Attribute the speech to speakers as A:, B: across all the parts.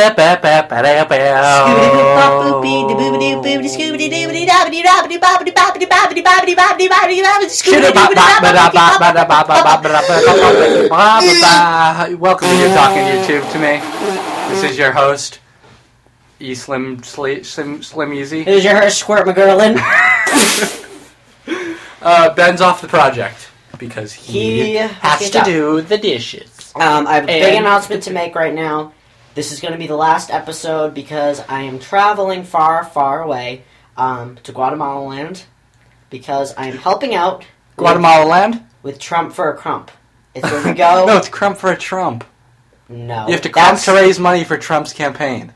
A: Oh. Welcome to You're Talking YouTube to me. This is your host, E Slim Sli- Slim Slim Easy.
B: Who's your horse, Squirt McGurlin?
A: Uh, Ben's off the project because he,
B: He
A: has to
B: stuff.
A: do the dishes.
B: Um, I have a big
A: And-
B: announcement to make right now. This is going to be the last episode because I am traveling far, far away um, to Guatemala land because I am helping out
A: Guatemala land?
B: with Trump for a Crump. It's where we go.
A: no, it's crump for a Trump.
B: No.
A: You have to crump
B: that's,
A: to raise money for Trump's campaign.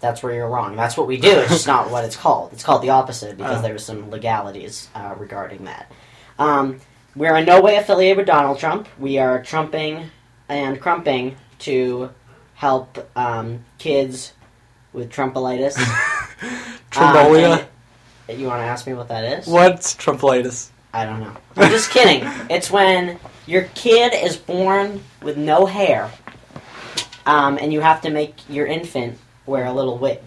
B: that's where you're wrong. That's what we do. It's just not what it's called. It's called the opposite because
A: Oh.
B: there were some legalities uh, regarding that. Um, we're in no way affiliated with Donald Trump. We are trumping and crumping to help um, kids with Trumpolitis.
A: Trumbolia?
B: Um, and- you want to ask me what that is?
A: What's Trumpolitis?
B: I don't know. I'm just kidding. It's when your kid is born with no hair, um, and you have to make your infant wear a little wig.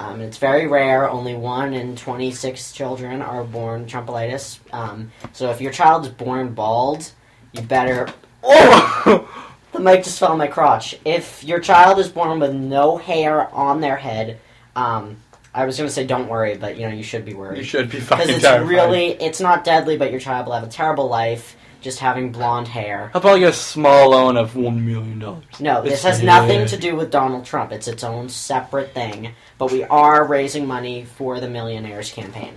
B: Um, it's very rare. Only one in 26 children are born trumpolitis. Um, so if your child's born bald, you better.
A: Oh!
B: The mic just fell on my crotch. If your child is born with no hair on their head, um, I was going to say don't worry, but you know you should be worried
A: you should be
B: because
A: fucking
B: it's
A: terrified.
B: really it's not deadly but your child will have a terrible life just having blonde hair
A: How about like a small loan of one million dollars?
B: no this
A: It's
B: has
A: really-
B: nothing to do with donald trump it's its own separate thing but we are raising money for the millionaires campaign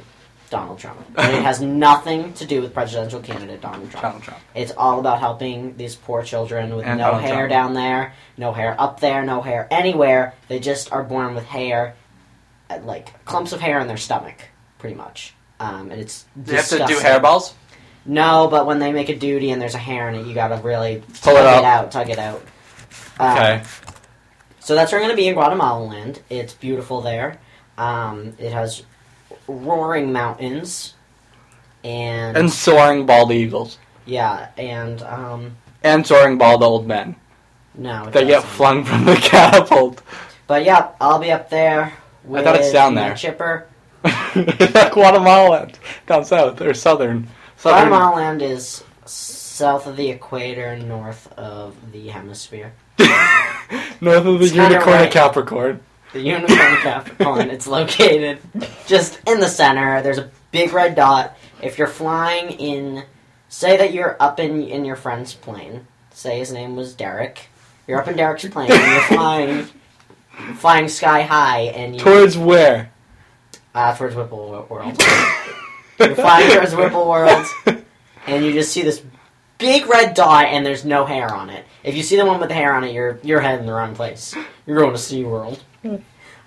B: donald trump and it has nothing to do with presidential candidate donald trump
A: Donald Trump.
B: it's all about helping these poor children with
A: And
B: no
A: Donald
B: hair
A: Trump.
B: down there no hair up there no hair anywhere they just are born with hair uh, like clumps of hair in their stomach pretty much um, and it's
A: Do you have to do
B: disgusting.
A: hairballs?
B: No, but when they make a duty and there's a hair in it, you gotta really
A: Pull it
B: tug
A: out.
B: it out, tug it out. Um,
A: Okay.
B: So that's where I'm gonna be in Guatemala land. It's beautiful there. Um, it has roaring mountains, and,
A: And soaring bald eagles.
B: yeah, and um,
A: And soaring bald old men.
B: no, it
A: They get
B: doesn't.
A: flung from the catapult.
B: But yeah, I'll be up there. With
A: thought it's down
B: my
A: there.
B: Chipper.
A: Guatemala, down south or southern. Southern.
B: Guatemala land is south of the equator, north of the hemisphere.
A: North of the
B: It's kinda
A: unicorn
B: right.
A: of Capricorn.
B: The Unicorn Capricorn. It's located just in the center. There's a big red dot. If you're flying in, say that you're up in in your friend's plane. Say his name was Derek. You're up in Derek's plane. and You're flying, flying sky high, and you
A: Towards where?
B: uh, towards Whipple Wo- World. you're flying towards Whipple World, and you just see this big red dot, and there's no hair on it. If you see the one with the hair on it, you're you're heading the wrong place. You're going to Sea World.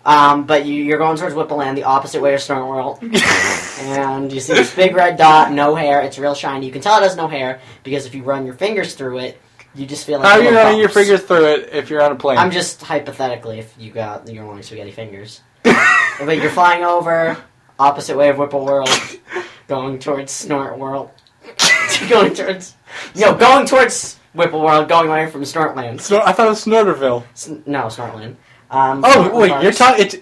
B: Um, but you, you're going towards Whipple Land, the opposite way of Snow World, and you see this big red dot, no hair. It's real shiny. You can tell it has no hair because if you run your fingers through it, you just feel like
A: How are you
B: little
A: running your
B: bumps.
A: fingers through it if you're on a plane?
B: I'm just hypothetically if you got your long spaghetti fingers. but you're flying over opposite way of Whipple World, going towards Snort World, going towards no, going towards Whipple World, going away from Snortland.
A: Snor- I thought it was Snorterville.
B: S- no, Snortland. Um,
A: Oh
B: Snortland
A: wait,
B: Parks.
A: you're talking. It's,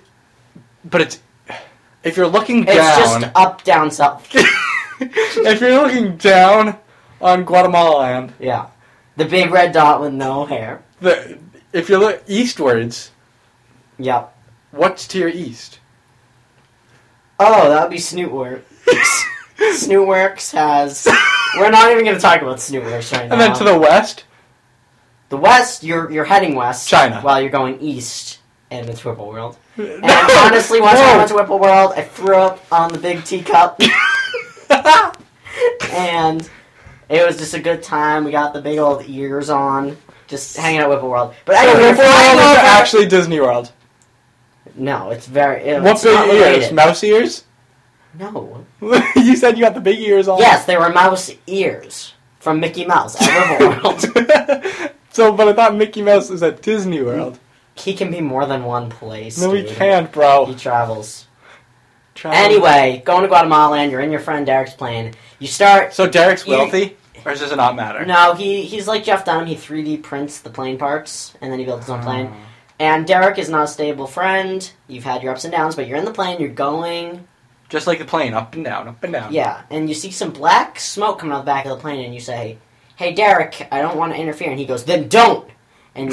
A: but it's if you're looking
B: It's
A: down.
B: just up, down, south.
A: if you're looking down on Guatemala land,
B: Yeah, the big red dot with no hair.
A: the, if you look eastwards,
B: Yep.
A: what's to your east?
B: Oh, that would be Snootworks. Snootworks has. We're not even going to talk about Snootworks right now.
A: And then to the west,
B: The west, you're you're heading west.
A: China.
B: While you're going east, and it's Whipple World. And honestly, once I went to Whipple World, I threw up on the big teacup, and it was just a good time. We got the big old ears on, just hanging out at Whipple World. But
A: So
B: anyway,
A: Whipple World is
B: flying over-
A: actually Disney World.
B: no, it's very it,
A: What
B: it's not
A: big ears?
B: related.
A: Mouse ears?
B: No.
A: you said you got the big ears on.
B: Yes, they were mouse ears from Mickey Mouse at Whipple World.
A: so, but I thought Mickey Mouse is at Disney World.
B: He can be more than one place.
A: No, we
B: dude.
A: can't,
B: He
A: bro.
B: travels.
A: Try-
B: Anyway, going to Guatemala and you're in your friend Derek's plane. You start.
A: so Derek's
B: You-
A: wealthy, or does it not matter? Ah.
B: No, he he's like Jeff Dunham. He 3D prints the plane parts and then he builds his own plane. And Derek is not a stable friend. You've had your ups and downs, but you're in the plane, you're going.
A: Just like the plane, up and down, up and down.
B: Yeah, and you see some black smoke coming out the back of the plane, and you say, Hey, Derek, I don't want to interfere. And he goes, Then don't! And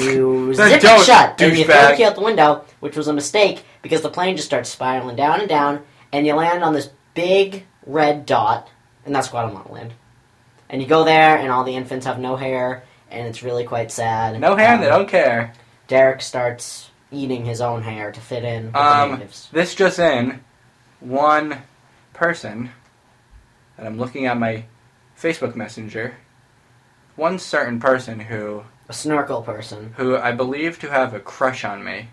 B: you
A: Then
B: zip
A: don't,
B: it shut, and you throw the
A: douchebag.
B: key out the window, which was a mistake because the plane just starts spiraling down and down, and you land on this big red dot, and that's Guatemala land. And you go there, and all the infants have no hair, and it's really quite sad.
A: No hand,
B: Um,
A: they don't care.
B: Derek starts eating his own hair to fit in with
A: Um,
B: the natives.
A: This just in, one person, and I'm looking at my Facebook Messenger, one certain person who
B: A snorkel person.
A: who I believe to have a crush on me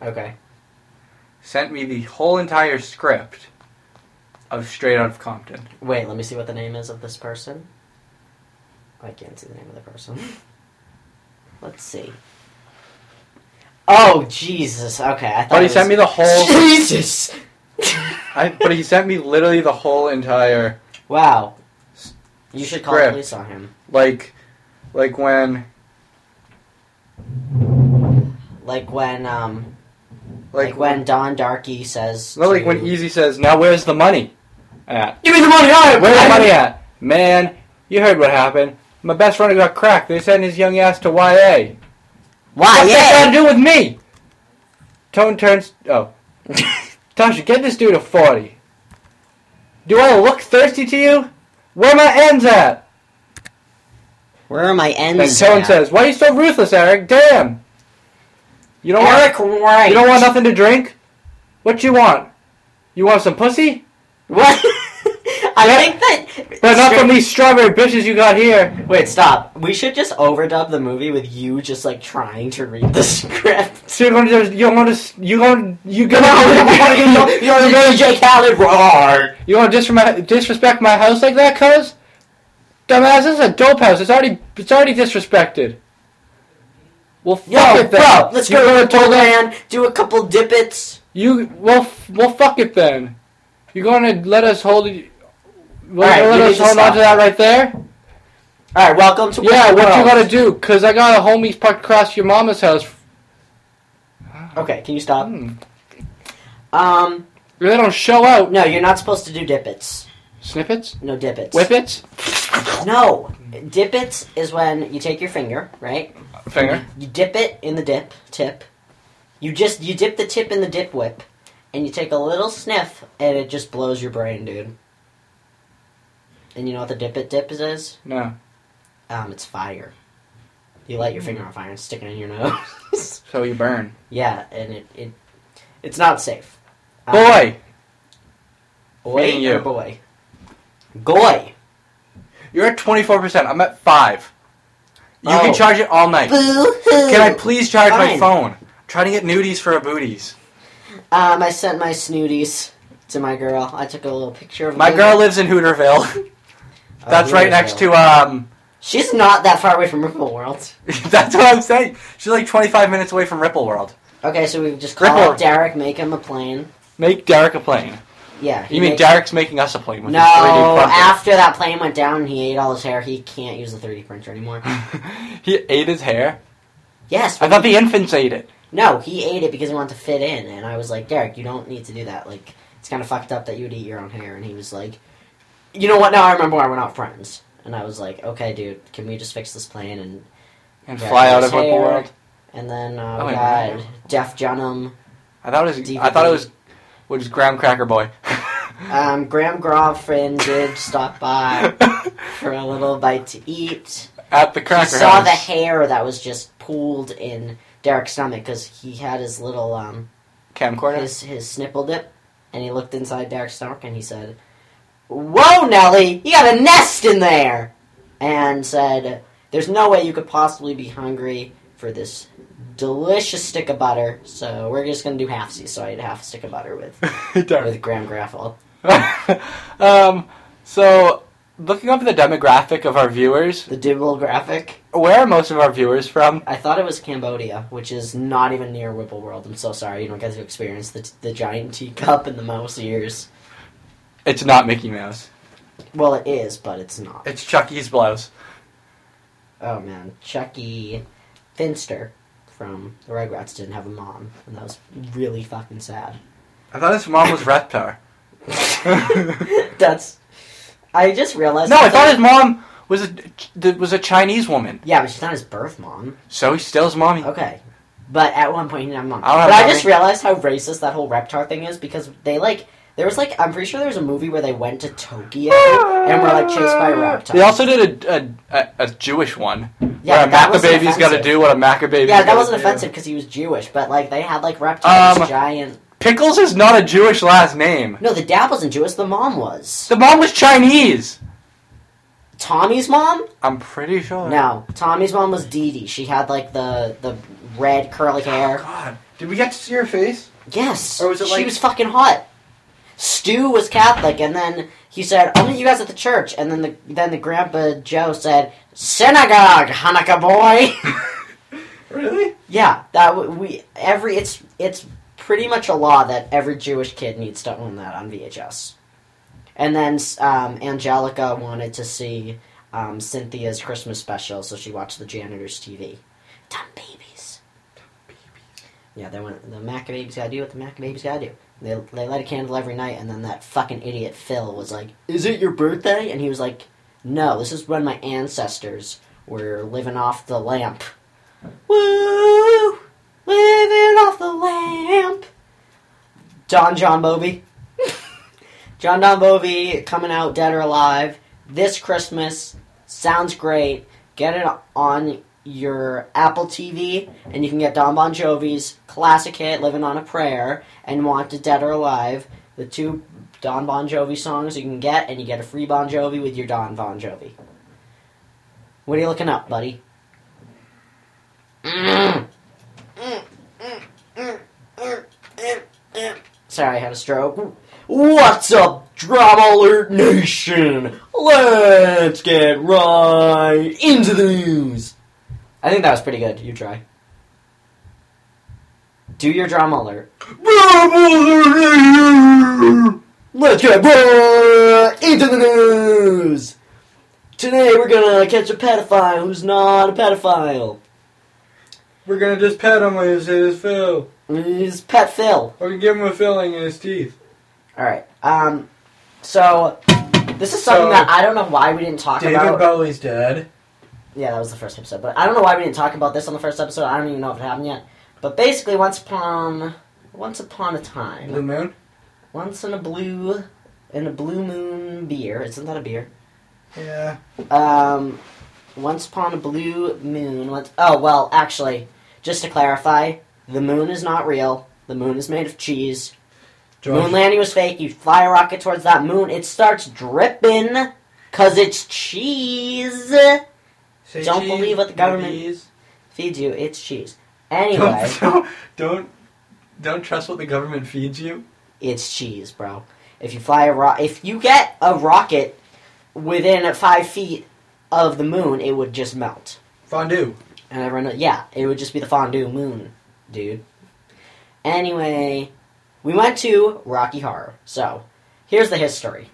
B: Okay.
A: sent me the whole entire script of Straight Out of Compton.
B: Wait, let me see what the name is of this person. I can't see the name of the person. Let's see. Oh Jesus! Okay, I thought.
A: But
B: it
A: he
B: was-
A: sent me the whole.
B: Jesus.
A: I, but he sent me literally the whole entire
B: wow. You should call the
A: Script.
B: police on him.
A: like, like when
B: Like when, um, like,
A: like,
B: when Don Darky says.
A: no, like
B: to-
A: when Easy says, "Now where's the money?" At
B: Give me the money! I
A: where's the money at? Man, you heard what happened. My best friend got cracked. They sent his young ass to YA.
B: Why?
A: What's that got to
B: Ah, Yeah.
A: do with me? Tone turns. Oh, Tasha, get this dude a forty. Do I look thirsty to you? Where my ends at?
B: Where are my ends?
A: And Tone
B: at?
A: says, "Why are you so ruthless, Eric? Damn. You don't want
B: Eric Wright.
A: you don't want nothing to drink. What you want? You want some pussy?
B: What? I
A: Yeah.
B: think that.
A: But not from these strawberry bitches you got here.
B: Wait, stop. We should just overdub the movie with you just like trying to read the script.
A: So you're gonna just you're gonna just- you're gonna you're
B: You're
A: gonna you're gonna- you're gonna-
B: DJ Khaled roar.
A: you want to disrespect disrespect my house like that, cuz? Dumbass, this is a dope house. It's already it's already disrespected. Well, fuck
B: Yo,
A: it then.
B: bro, let's
A: You
B: go
A: could've
B: to the
A: told us-
B: land, do a couple dippets.
A: You well, f- well, fuck it then. You're going to let us hold. Well,
B: right,
A: let
B: we
A: us
B: need to
A: hold on
B: stop.
A: to that right there.
B: All right, welcome to
A: Yeah,
B: Wizard
A: what you
B: World.
A: gonna do? Cause I got a homies parked across your mama's house.
B: Okay, can you stop?
A: Hmm.
B: Um,
A: They don't show out.
B: no, you're not supposed to do dippets.
A: Snippets,
B: No dippets.
A: whippets,
B: No, dippets is when you take your finger, right?
A: finger.
B: You dip it in the dip tip. You just you dip the tip in the dip whip, and you take a little sniff, and it just blows your brain, dude. And you know what the dip it dip is?
A: No,
B: Um, it's fire. You light your finger on fire and stick it in your nose.
A: so you burn.
B: yeah, and it, it it's not safe. Um,
A: Boy,
B: boy,
A: meaning you.
B: or boy, goy,
A: you're at 24. percent I'm at five. You
B: Oh.
A: can charge it all night.
B: boo
A: Can I please charge my
B: Fine.
A: phone? I'm trying to get nudies for a booties.
B: Um, I sent my snooties to my girl. I took a little picture of Uh,
A: My
B: a-
A: girl lives in Hooterville.
B: of
A: That's
B: a
A: right
B: little
A: next
B: girl.
A: to um.
B: She's not that far away from Ripple World.
A: That's what I'm saying. She's like 25 minutes away from Ripple World.
B: Okay, so we just call
A: Ripple.
B: up Derek, make him a plane.
A: Make Derek a plane.
B: Yeah. he
A: You mean
B: make-
A: Derek's making us a plane with
B: No,
A: his 3D printer?
B: after that plane went down and he ate all his hair, he can't use the 3D printer anymore.
A: he ate his hair.
B: yes.
A: I thought the infants ate it.
B: No, he ate it because he wanted to fit in, and I was like, Derek, you don't need to do that. Like, it's kind of fucked up that you would eat your own hair. And he was like, you know what? Now I remember why we're not friends. And I was like, okay, dude, can we just fix this plane? And
A: And
B: Yeah,
A: fly
B: ate
A: out
B: his
A: of Ripple
B: hair.
A: World.
B: and then uh,
A: Oh,
B: we
A: wait,
B: got
A: what?
B: Def Dunham,
A: I thought it was. I
B: DVD.
A: thought it was. Was Graham Cracker Boy?
B: um, Graham Groffin did stop by for a little bite to eat.
A: At the Cracker
B: he saw
A: House.
B: the hair that was just pooled in Derek's stomach because he had his little um
A: camcorder.
B: his his snipple dip, and he looked inside Derek's stomach and he said, "Whoa, Nelly, you got a nest in there," and said, "There's no way you could possibly be hungry for this." Delicious stick of butter, so we're just gonna do halfsies. So I ate half a stick of butter with
A: Derek.
B: with Graham Graffel.
A: um. So, looking up the demographic of our viewers,
B: The Dibble graphic.
A: where are most of our viewers from?
B: I thought it was Cambodia, which is not even near Whipple World. I'm so sorry you don't get to experience the, the giant teacup and the mouse ears.
A: It's not Mickey Mouse.
B: Well, it is, but it's not.
A: It's Chucky's blouse.
B: Oh man, Chucky Finster from the Rugrats didn't have a mom, and that was really fucking sad.
A: I thought his mom was Reptar.
B: That's. I just realized.
A: No, I
B: that-
A: thought his mom was a th- was a Chinese woman.
B: Yeah, but she's not his birth mom.
A: So he still his mommy.
B: Okay. But at one point, he didn't have a mom.
A: I don't have
B: but I
A: mommy.
B: just realized how racist that whole Reptar thing is because they, like, there was, like, I'm pretty sure there was a movie where they went to Tokyo and were, like, chased by a reptile.
A: They also did a a, a, a Jewish one
B: yeah,
A: where a
B: that
A: maca
B: was
A: baby's got to do what a maca baby.
B: Yeah, that wasn't offensive because he was Jewish, but, like, they had, like, reptiles,
A: Um,
B: giant.
A: Pickles is not a Jewish last name.
B: No, the dad wasn't Jewish, the mom was.
A: The mom was Chinese.
B: Tommy's mom?
A: I'm pretty sure.
B: No, Tommy's mom was Dee Dee. She had, like, the, the red curly hair.
A: Oh, God, did we get to see her face?
B: Yes.
A: Or was it
B: she
A: like-
B: was fucking hot. Stu was Catholic, and then he said, "I'll meet you guys at the church." And then the then the grandpa Joe said, "Synagogue, Hanukkah boy."
A: Really?
B: yeah, that w- we every it's it's pretty much a law that every Jewish kid needs to own that on VHS. And then um, Angelica wanted to see um, Cynthia's Christmas special, so she watched the janitor's TV. Dumb babies. Yeah, they went. The Maccabees gotta do what the Maccabees gotta do. They they light a candle every night, and then that fucking idiot Phil was like, "Is it your birthday?" And he was like, "No, this is when my ancestors were living off the lamp." Woo, living off the lamp. Don John Bovey, John Don Bovey coming out dead or alive this Christmas. Sounds great. Get it on your Apple TV, and you can get Don Bon Jovi's classic hit "Living on a Prayer" and "Wanted Dead or Alive," the two Don Bon Jovi songs you can get, and you get a free Bon Jovi with your Don Bon Jovi. What are you looking up, buddy? Sorry, I had a stroke. What's up, Drama Alert Nation? Let's get right into the news. I think that was pretty good. You try. Do your drama alert. Let's get right into the news. Today we're gonna catch a pedophile who's not a pedophile.
A: We're gonna just pet him with his fill.
B: It's Pet Phil.
A: We're gonna give him a filling in his teeth.
B: All right. Um, so this is something
A: So-
B: that I don't know why we didn't talk about.
A: Bowie's dead.
B: yeah, that was the first episode, but I don't know why we didn't talk about this on the first episode. I don't even know if it happened yet. But basically, once upon once upon a time,
A: Moon.
B: once in a blue in a blue moon beer. Isn't that a beer?
A: Yeah.
B: Um, once upon a blue moon. Once, oh well, actually, just to clarify, the moon is not real. The moon is made of cheese. Moon landing was fake. You fly a rocket towards that moon. It starts dripping because it's cheese. don't believe what the government- Feeds you, it's cheese. Anyway,
A: Don't, don't don't don't trust what the government feeds you.
B: it's cheese, bro. If you fly a ro- if you get a rocket within five feet of the moon, it would just melt.
A: Fondue.
B: And everyone, kno- yeah, it would just be the fondue moon, dude. Anyway, we went to Rocky Horror. So, here's the history.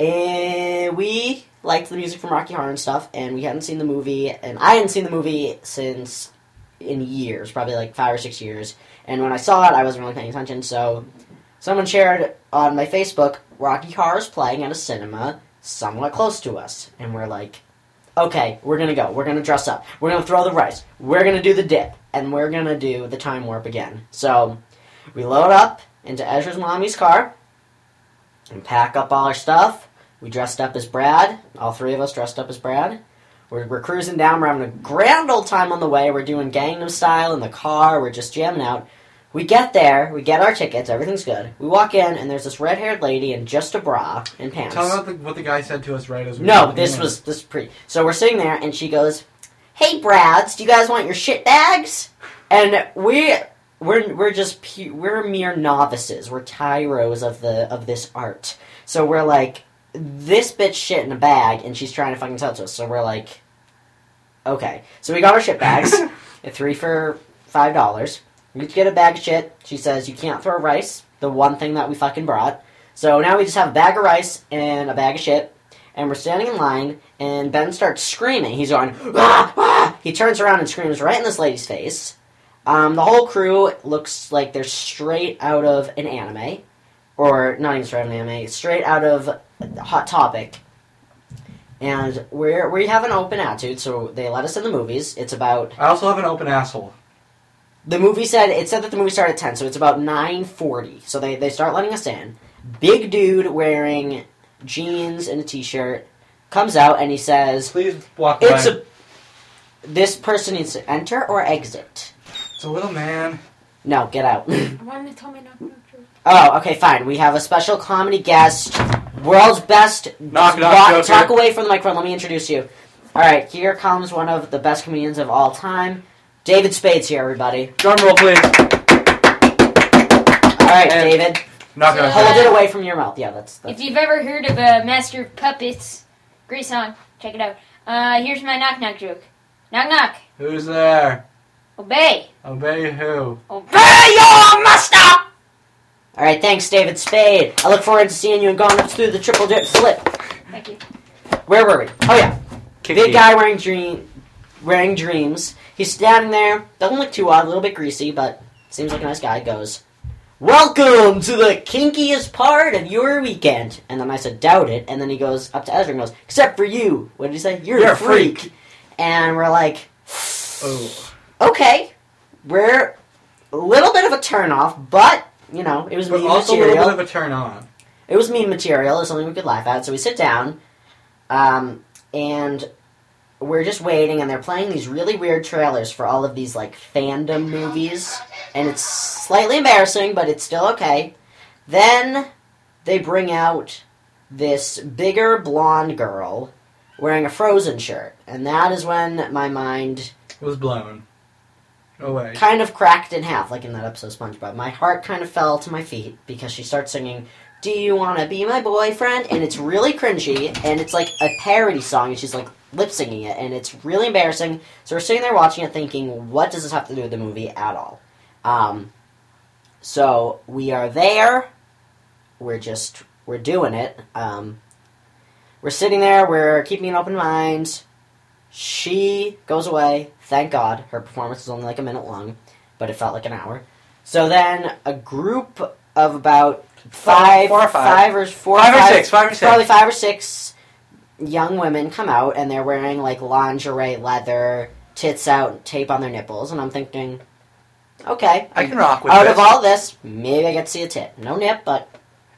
B: And we liked the music from Rocky Horror and stuff, and we hadn't seen the movie, and I hadn't seen the movie since in years, probably like five or six years. And when I saw it, I wasn't really paying attention, so someone shared on my Facebook Rocky Horror's playing at a cinema somewhat close to us. And we're like, okay, we're gonna go. We're gonna dress up. We're gonna throw the rice. We're gonna do the dip, and we're gonna do the time warp again. So we load up into Ezra's mommy's car and pack up all our stuff. We dressed up as Brad. All three of us dressed up as Brad. We're, we're cruising down. We're having a grand old time on the way. We're doing Gangnam Style in the car. We're just jamming out. We get there. We get our tickets. Everything's good. We walk in, and there's this red-haired lady in just a bra and pants.
A: Tell me about the, what the guy said to us right as we
B: No,
A: walked
B: this
A: in.
B: was this pre. So we're sitting there, and she goes, "Hey, Brads, do you guys want your shit bags?" And we we're we're just pu- we're mere novices. We're tyros of the of this art. So we're like, this bitch shit in a bag, and she's trying to fucking tell it to us. So we're like, okay. So we got our shit bags, three for five dollars. We each get a bag of shit. She says you can't throw rice, the one thing that we fucking brought. So now we just have a bag of rice and a bag of shit and we're standing in line, and Ben starts screaming. He's on, ah, ah! He turns around and screams right in this lady's face. Um, the whole crew looks like they're straight out of an anime, or not even straight out of an anime, straight out of Hot Topic. And we're, we have an open attitude, so they let us in the movies. It's about
C: I also have an open asshole.
B: the movie said it said that the movie started at ten, so it's about nine forty. So they, they start letting us in. Big dude wearing jeans and a t shirt comes out and he says,
C: Please walk
B: "It's
C: by.
B: a this person needs to enter or exit."
C: it's a little man.
B: No, get out.
D: One that told me not to knock knock.
B: oh, okay, fine. We have a special comedy guest, world's best.
C: Knock, knock,
B: Walk-
C: Joker.
B: Talk away from the microphone. Let me introduce you. All right, here comes one of the best comedians of all time, David Spade's here, everybody.
C: Drum roll, please.
B: All right,
C: And-
B: David,
C: Knock
D: Yeah.
C: knock.
B: hold it away from your mouth. Yeah, that's. that's
D: If you've ever heard of uh, Master of Puppets, great song. Check it out. Uh, here's my knock knock joke. Knock knock.
C: Who's there?
D: Obey.
C: Obey who?
D: Obey your master.
B: All right, thanks, David Spade. I look forward to seeing you and going up through the triple dip flip.
D: Thank you.
B: Where were we? Oh yeah,
C: Kick
B: big
C: you.
B: guy wearing dream, wearing dreams. He's standing there. Doesn't look too odd. A little bit greasy, but seems like a nice guy. Goes, welcome to the kinkiest part of your weekend. And then I said, doubt it. And then he goes up to Ezra and goes, except for you. What did he say? You're,
C: You're
B: a
C: a
B: freak. And we're like,
C: Oh.
B: okay, we're a little bit of a turnoff, but you know, it was
C: But
B: mean
C: also a
B: material.
C: little bit of a turn on.
B: it was mean material. It was something we could laugh at. So we sit down, um, and we're just waiting, and they're playing these really weird trailers for all of these like fandom movies, and it's slightly embarrassing, but it's still okay. Then they bring out this bigger blonde girl wearing a Frozen shirt, and that is when my mind
C: Was blown away.
B: kind of cracked in half, like in that episode of SpongeBob. My heart kind of fell to my feet because she starts singing, "Do you want to be my boyfriend?" and it's really cringy, and it's like a parody song, and she's like lip singing it, and it's really embarrassing. So we're sitting there watching it, thinking, "What does this have to do with the movie at all?" Um, so we are there. We're just we're doing it. Um, we're sitting there. We're keeping an open mind. She goes away. Thank God. Her performance was only like a minute long, but it felt like an hour. So then a group of about five,
C: Four or five.
B: five or four,
C: Five or six, five or six.
B: probably five or six young women come out and they're wearing like lingerie, leather, tits out, tape on their nipples, and I'm thinking, okay,
C: I can rock with
B: out
C: this.
B: of all this, maybe I get to see a tit. No nip, but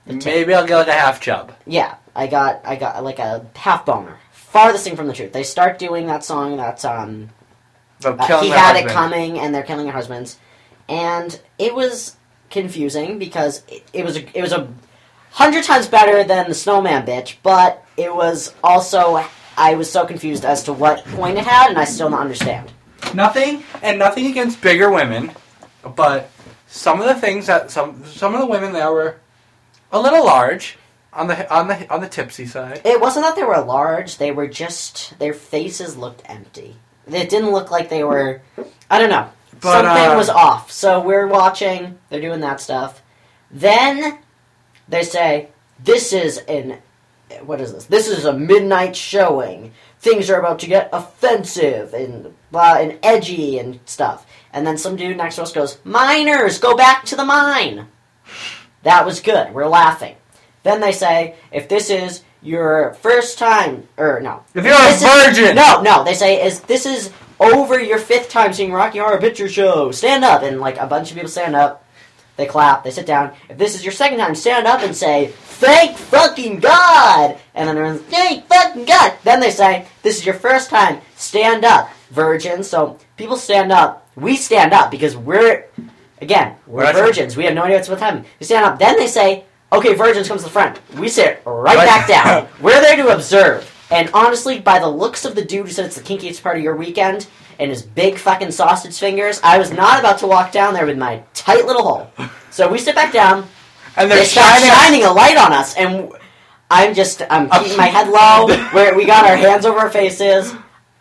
C: Maybe I'll get like a half chub.
B: yeah, I got I got like a half boner. Farthest thing from the truth. They start doing that song that's um
C: But
B: uh,
C: killing
B: he
C: my
B: had it
C: husband.
B: coming and they're killing their husbands. And it was confusing because it, it was a, it was a hundred times better than the snowman bitch, but it was also I was so confused as to what point it had and I still don't understand.
C: Nothing and nothing against bigger women, but some of the things that some some of the women there were a little large on the on the on the tipsy side.
B: It wasn't that they were large, they were just their faces looked empty. It didn't look like they were I don't know.
C: But,
B: Something
C: uh,
B: was off. So we're watching, they're doing that stuff. Then they say, This is an what is this? This is a midnight showing. Things are about to get offensive and blah and edgy and stuff. And then some dude next to us goes, Miners, go back to the mine. That was good. We're laughing. Then they say, if this is your first time, or no,
C: If you're a
B: This is-
C: virgin,
B: no, no, they say is this is over your fifth time seeing Rocky Horror Picture Show. Stand up, and like a bunch of people stand up. They clap. They sit down. If this is your second time, stand up and say "Thank fucking God," and then everyone's "Thank fucking God." Then they say, "This is your first time. Stand up, virgin." So people stand up. We stand up because we're again we're
C: Right.
B: virgins. We have no idea what's what's happening. We stand up. Then they say, "Okay, virgins comes to the front." We sit right
C: Right.
B: back down. We're there to observe. And honestly, by the looks of the dude who said it's the kinkiest part of your weekend and his big fucking sausage fingers, I was not about to walk down there with my tight little hole. So we sit back down.
C: and
B: They
C: they're
B: start
C: shining.
B: shining a light on us, and w- I'm just I'm keeping my head low. Where we got our hands over our faces.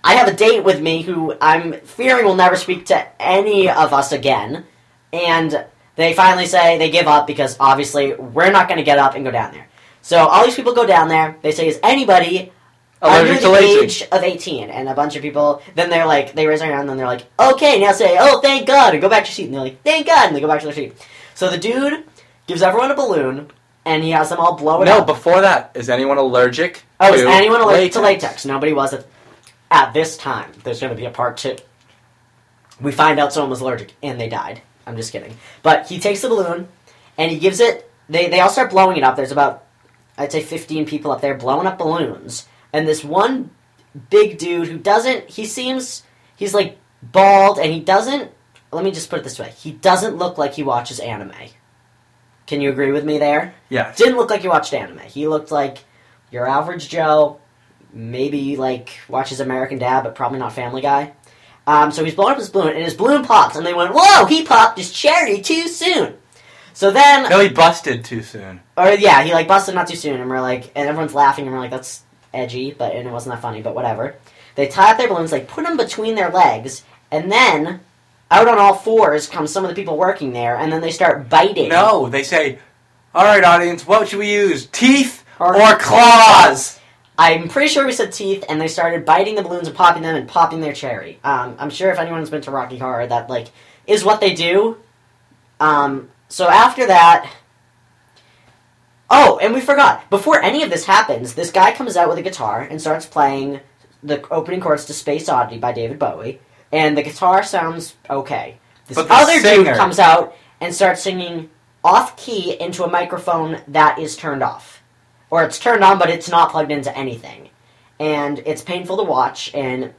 B: I have a date with me who I'm fearing will never speak to any of us again. And they finally say they give up because obviously we're not going to get up and go down there. So all these people go down there. They say, "Is anybody
A: Allergic to
B: under the
A: latex.
B: age of 18?" And a bunch of people. Then they're like, they raise their hand, and then they're like, "Okay, now say, oh, thank God," and go back to your seat. And they're like, "Thank God," and they go back to their seat. So the dude gives everyone a balloon, and he has them all blow it
C: No,
B: up.
C: before that, is anyone allergic?
B: oh, is
C: to
B: anyone allergic to latex? Nobody was at, at this time. There's going to be a part two. We find out someone was allergic, and they died. I'm just kidding. But he takes the balloon, and he gives it. They they all start blowing it up. There's about I'd say 15 people up there blowing up balloons. And this one big dude who doesn't, he seems, he's like bald and he doesn't, let me just put it this way, he doesn't look like he watches anime. Can you agree with me there?
C: Yes.
B: Didn't look like he watched anime. He looked like your average Joe, maybe like watches American Dad, but probably not Family Guy. Um, so he's blowing up his balloon, and his balloon pops, and they went, "Whoa! He popped his cherry too soon." So then,
C: No, he busted too soon.
B: or yeah, he like busted not too soon, and we're like, and everyone's laughing, and we're like, that's edgy, but and it wasn't that funny, but whatever. They tie up their balloons, like put them between their legs, and then out on all fours come some of the people working there, and then they start biting.
C: No, they say, all right, audience, what should we use? Teeth
B: Or-
C: or claws?
B: I'm pretty sure we said teeth, and they started biting the balloons and popping them and popping their cherry. Um, I'm sure if anyone's been to Rocky Horror, that like is what they do. Um, so after that, oh, and we forgot. Before any of this happens, this guy comes out with a guitar and starts playing the opening chords to "Space Oddity" by David Bowie, and the guitar sounds okay. This
C: But the
B: other dude
C: singer-
B: comes out and starts singing off key into a microphone that is turned off or it's turned on but it's not plugged into anything and it's painful to watch and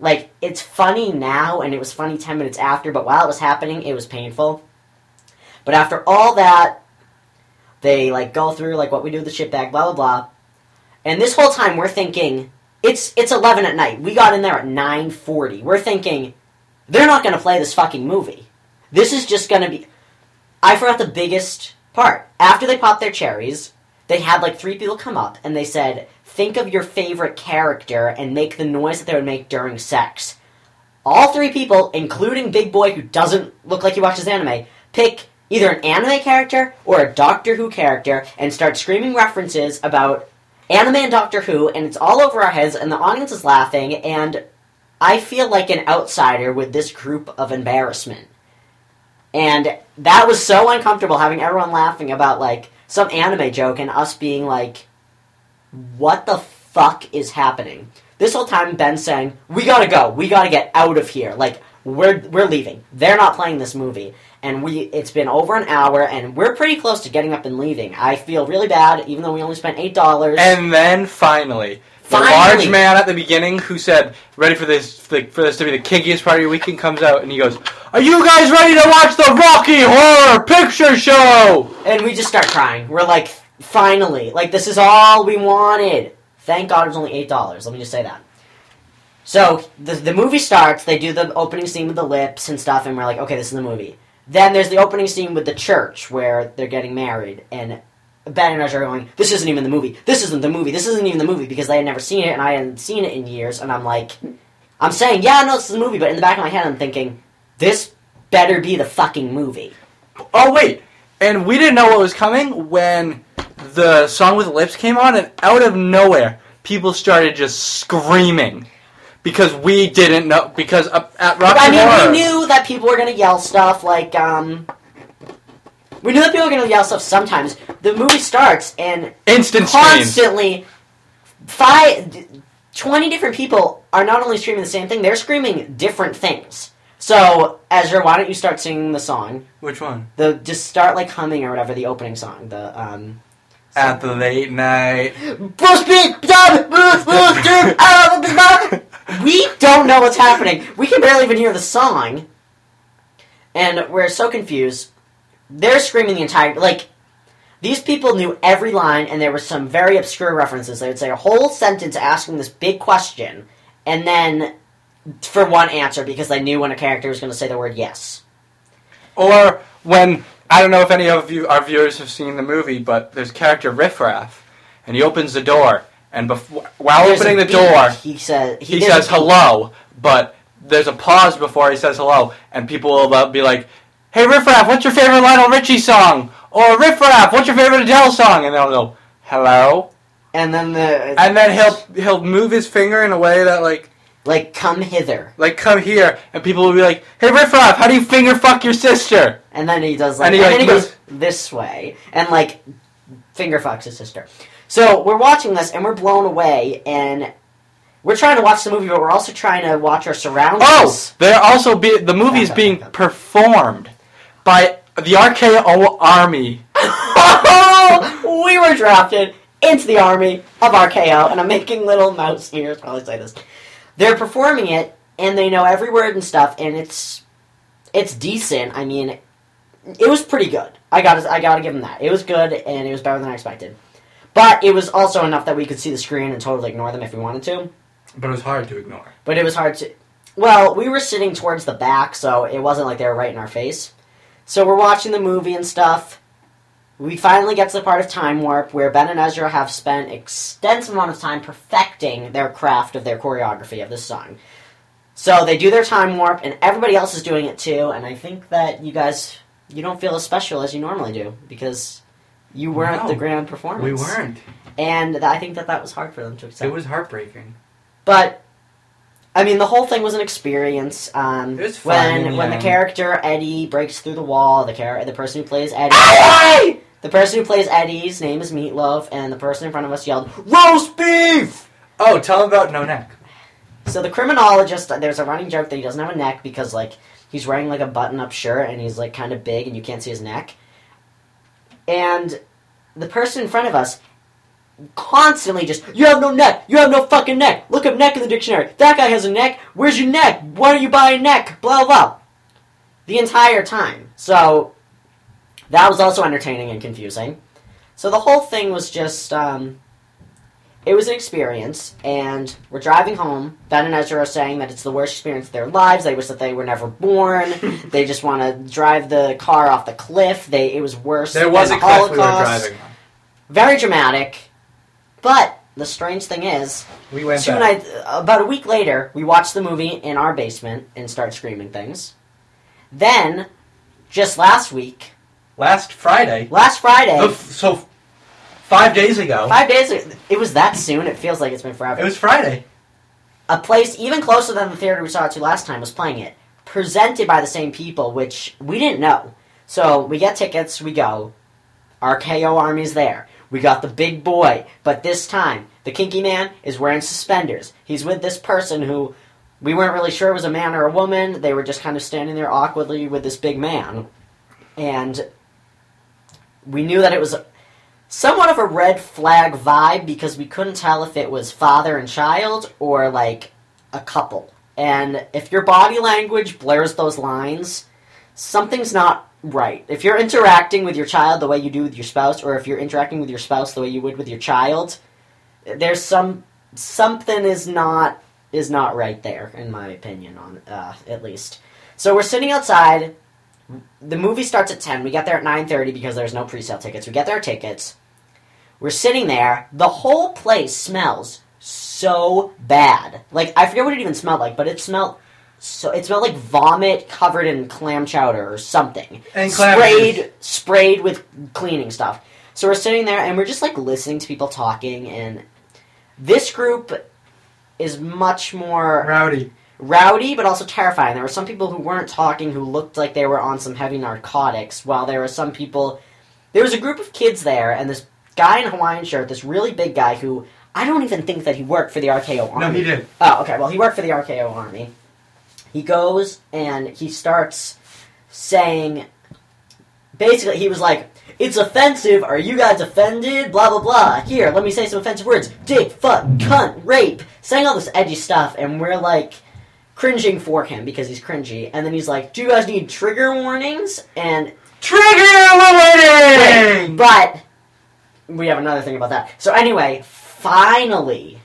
B: like it's funny now and it was funny 10 minutes after but while it was happening it was painful but after all that they like go through like what we do with the shit bag blah blah blah and this whole time we're thinking it's it's 11 at night we got in there at 9.40 we're thinking they're not going to play this fucking movie this is just going to be i forgot the biggest part after they popped their cherries they had like three people come up and they said, think of your favorite character and make the noise that they would make during sex. All three people, including Big Boy, who doesn't look like he watches anime, pick either an anime character or a Doctor Who character and start screaming references about anime and Doctor Who, and it's all over our heads, and the audience is laughing, and I feel like an outsider with this group of embarrassment. And that was so uncomfortable having everyone laughing about like some anime joke and us being like, what the fuck is happening? This whole time, Ben's saying, we gotta go, we gotta get out of here. Like, we're, we're leaving. They're not playing this movie. And we, it's been over an hour, and we're pretty close to getting up and leaving. I feel really bad, even though we only spent $8.
C: And then finally, the
B: Finally.
C: large man at the beginning who said, "Ready for this for this to be the kinkiest part of your weekend," comes out and he goes, "Are you guys ready to watch the Rocky Horror Picture Show?"
B: And we just start crying. We're like, finally, like this is all we wanted. Thank God it was only eight dollars. Let me just say that. So the the movie starts. They do the opening scene with the lips and stuff, and we're like, okay, this is the movie. Then there's the opening scene with the church where they're getting married, and Ben and I are going, this isn't even the movie. This isn't the movie. This isn't even the movie because they had never seen it, and I hadn't seen it in years. And I'm like, I'm saying, yeah, no, this is the movie, but in the back of my head, I'm thinking, this better be the fucking movie.
C: Oh wait, and we didn't know what was coming when the song with lips came on, and out of nowhere, people started just screaming because we didn't know because up at Rocky
B: I mean,
C: Horror.
B: we knew that people were gonna yell stuff like, um, we knew that people were gonna yell stuff. Sometimes the movie starts and
C: Instant screams.
B: constantly five, 20 different people are not only screaming the same thing; they're screaming different things. So, Ezra, why don't you start singing the song?
C: Which one?
B: The just start like humming or whatever the opening song. The um,
C: At the late night.
B: Bruce Beat, Dub, Bruce, Bruce, Dude, Ah, Bruce, Bruce. we don't know what's happening. We can barely even hear the song, and we're so confused. They're screaming the entire like. These people knew every line, and there were some very obscure references. They would say a whole sentence asking this big question, and then for one answer because they knew when a character was going to say the word yes.
C: Or when I don't know if any of you our viewers have seen the movie, but there's character Riff Raff, and he opens the door, and before, while
B: There's a
C: opening the
B: beat.
C: door,
B: he says
C: he,
B: there's a
C: says
B: beat.
C: hello, but there's a pause before he says hello, and people will be like, "Hey Riff Raff, what's your favorite Lionel Richie song?" Or Riff Raff, what's your favorite Adele song? And they'll go, hello.
B: And then the
C: And then he'll he'll move his finger in a way that like
B: like come hither,
C: like come here, and people will be like, hey Riff Raff, how do you finger fuck your sister?
B: and then he does like
C: And
B: and,
C: he,
B: then he
C: like,
B: goes this way and like finger fucks his sister. So we're watching this and we're blown away and we're trying to watch the movie, but we're also trying to watch our surroundings.
C: Oh, they're also be the movie's being performed by the RKO Army.
B: Oh, we were drafted into the army of RKO, and I'm making little mouse ears while I say this. They're performing it, and they know every word and stuff, and it's it's decent. I mean, it was pretty good. I got to I got to give them that. It was good, and it was better than I expected. But it was also enough that we could see the screen and totally ignore them if we wanted to.
C: But it was hard to ignore.
B: But it was hard to. Well, we were sitting towards the back, so it wasn't like they were right in our face. So we're watching the movie and stuff. We finally get to the part of Time Warp where Ben and Ezra have spent extensive amount of time perfecting their craft of their choreography of this song. So they do their Time Warp, and everybody else is doing it too. And I think that you guys, you don't feel as special as you normally do because you weren't
C: No,
B: the grand performance.
C: We weren't.
B: and th- I think that that was hard for them to accept.
C: It was heartbreaking.
B: But I mean, the whole thing was an experience. Um,
C: It was fun
B: when
C: in the
B: when the
C: end.
B: character Eddie breaks through the wall, the char- the person who plays Eddie, the person who plays Eddie's name is Meatloaf, and the person in front of us yelled roast beef.
C: Oh, tell them about No Neck.
B: So the criminologist, there's a running joke that he doesn't have a neck because like he's wearing like a button-up shirt and he's like kind of big and you can't see his neck. And the person in front of us constantly just, you have no neck, you have no fucking neck. Look up neck in the dictionary. That guy has a neck. Where's your neck? Why don't you buy a neck? Blah blah. The entire time. So that was also entertaining and confusing. So the whole thing was just um, it was an experience, and we're driving home. Ben and Ezra are saying that it's the worst experience of their lives. They wish that they were never born. they just want to drive the car off the cliff. They it was worse.
C: There was
B: than
C: a
B: the
C: cliff we were
B: Holocaust.
C: driving on.
B: Very dramatic, but the strange thing is,
C: We went
B: Sue and
C: back.
B: I, about a week later, we watched the movie in our basement and start screaming things. Then, just last week,
C: Last Friday.
B: last Friday,
C: Oh, f- So, f- five days ago.
B: five days, it was that soon. It feels like it's been forever.
C: It was Friday.
B: a place even closer than the theater we saw it to last time was playing it, presented by the same people, which we didn't know. So we get tickets, we go. Our KO army's there. We got the big boy, but this time the kinky man is wearing suspenders. He's with this person who we weren't really sure was a man or a woman. They were just kind of standing there awkwardly with this big man, and we knew that it was somewhat of a red flag vibe because we couldn't tell if it was father and child or like a couple. And if your body language blurs those lines, something's not right. If you're interacting with your child the way you do with your spouse, or if you're interacting with your spouse the way you would with your child, there's some something is not is not right there, in my opinion, on uh, at least. So we're sitting outside. The movie starts at ten. We get there at nine thirty because there's no pre-sale tickets. We get our tickets. We're sitting there. The whole place smells so bad. Like I forget what it even smelled like, but it smelled so it smelled like vomit covered in clam chowder or something.
C: And clam
B: sprayed
C: juice.
B: sprayed with cleaning stuff. So we're sitting there and we're just like listening to people talking and this group is much more
C: Rowdy.
B: rowdy but also terrifying. There were some people who weren't talking who looked like they were on some heavy narcotics, while there were some people. There was a group of kids there, and this guy in a Hawaiian shirt, this really big guy who I don't even think that he worked for the RKO Army.
C: No, he did.
B: Oh, okay. Well, he worked for the RKO Army. He goes and he starts saying, basically, he was like, "It's offensive. Are you guys offended? Blah blah blah. Here, let me say some offensive words: dick, fuck, cunt, rape." Saying all this edgy stuff, and we're like cringing for him because he's cringy. And then he's like, "Do you guys need trigger warnings?" And
C: Trigger warning!
B: but we have another thing about that. So anyway, finally,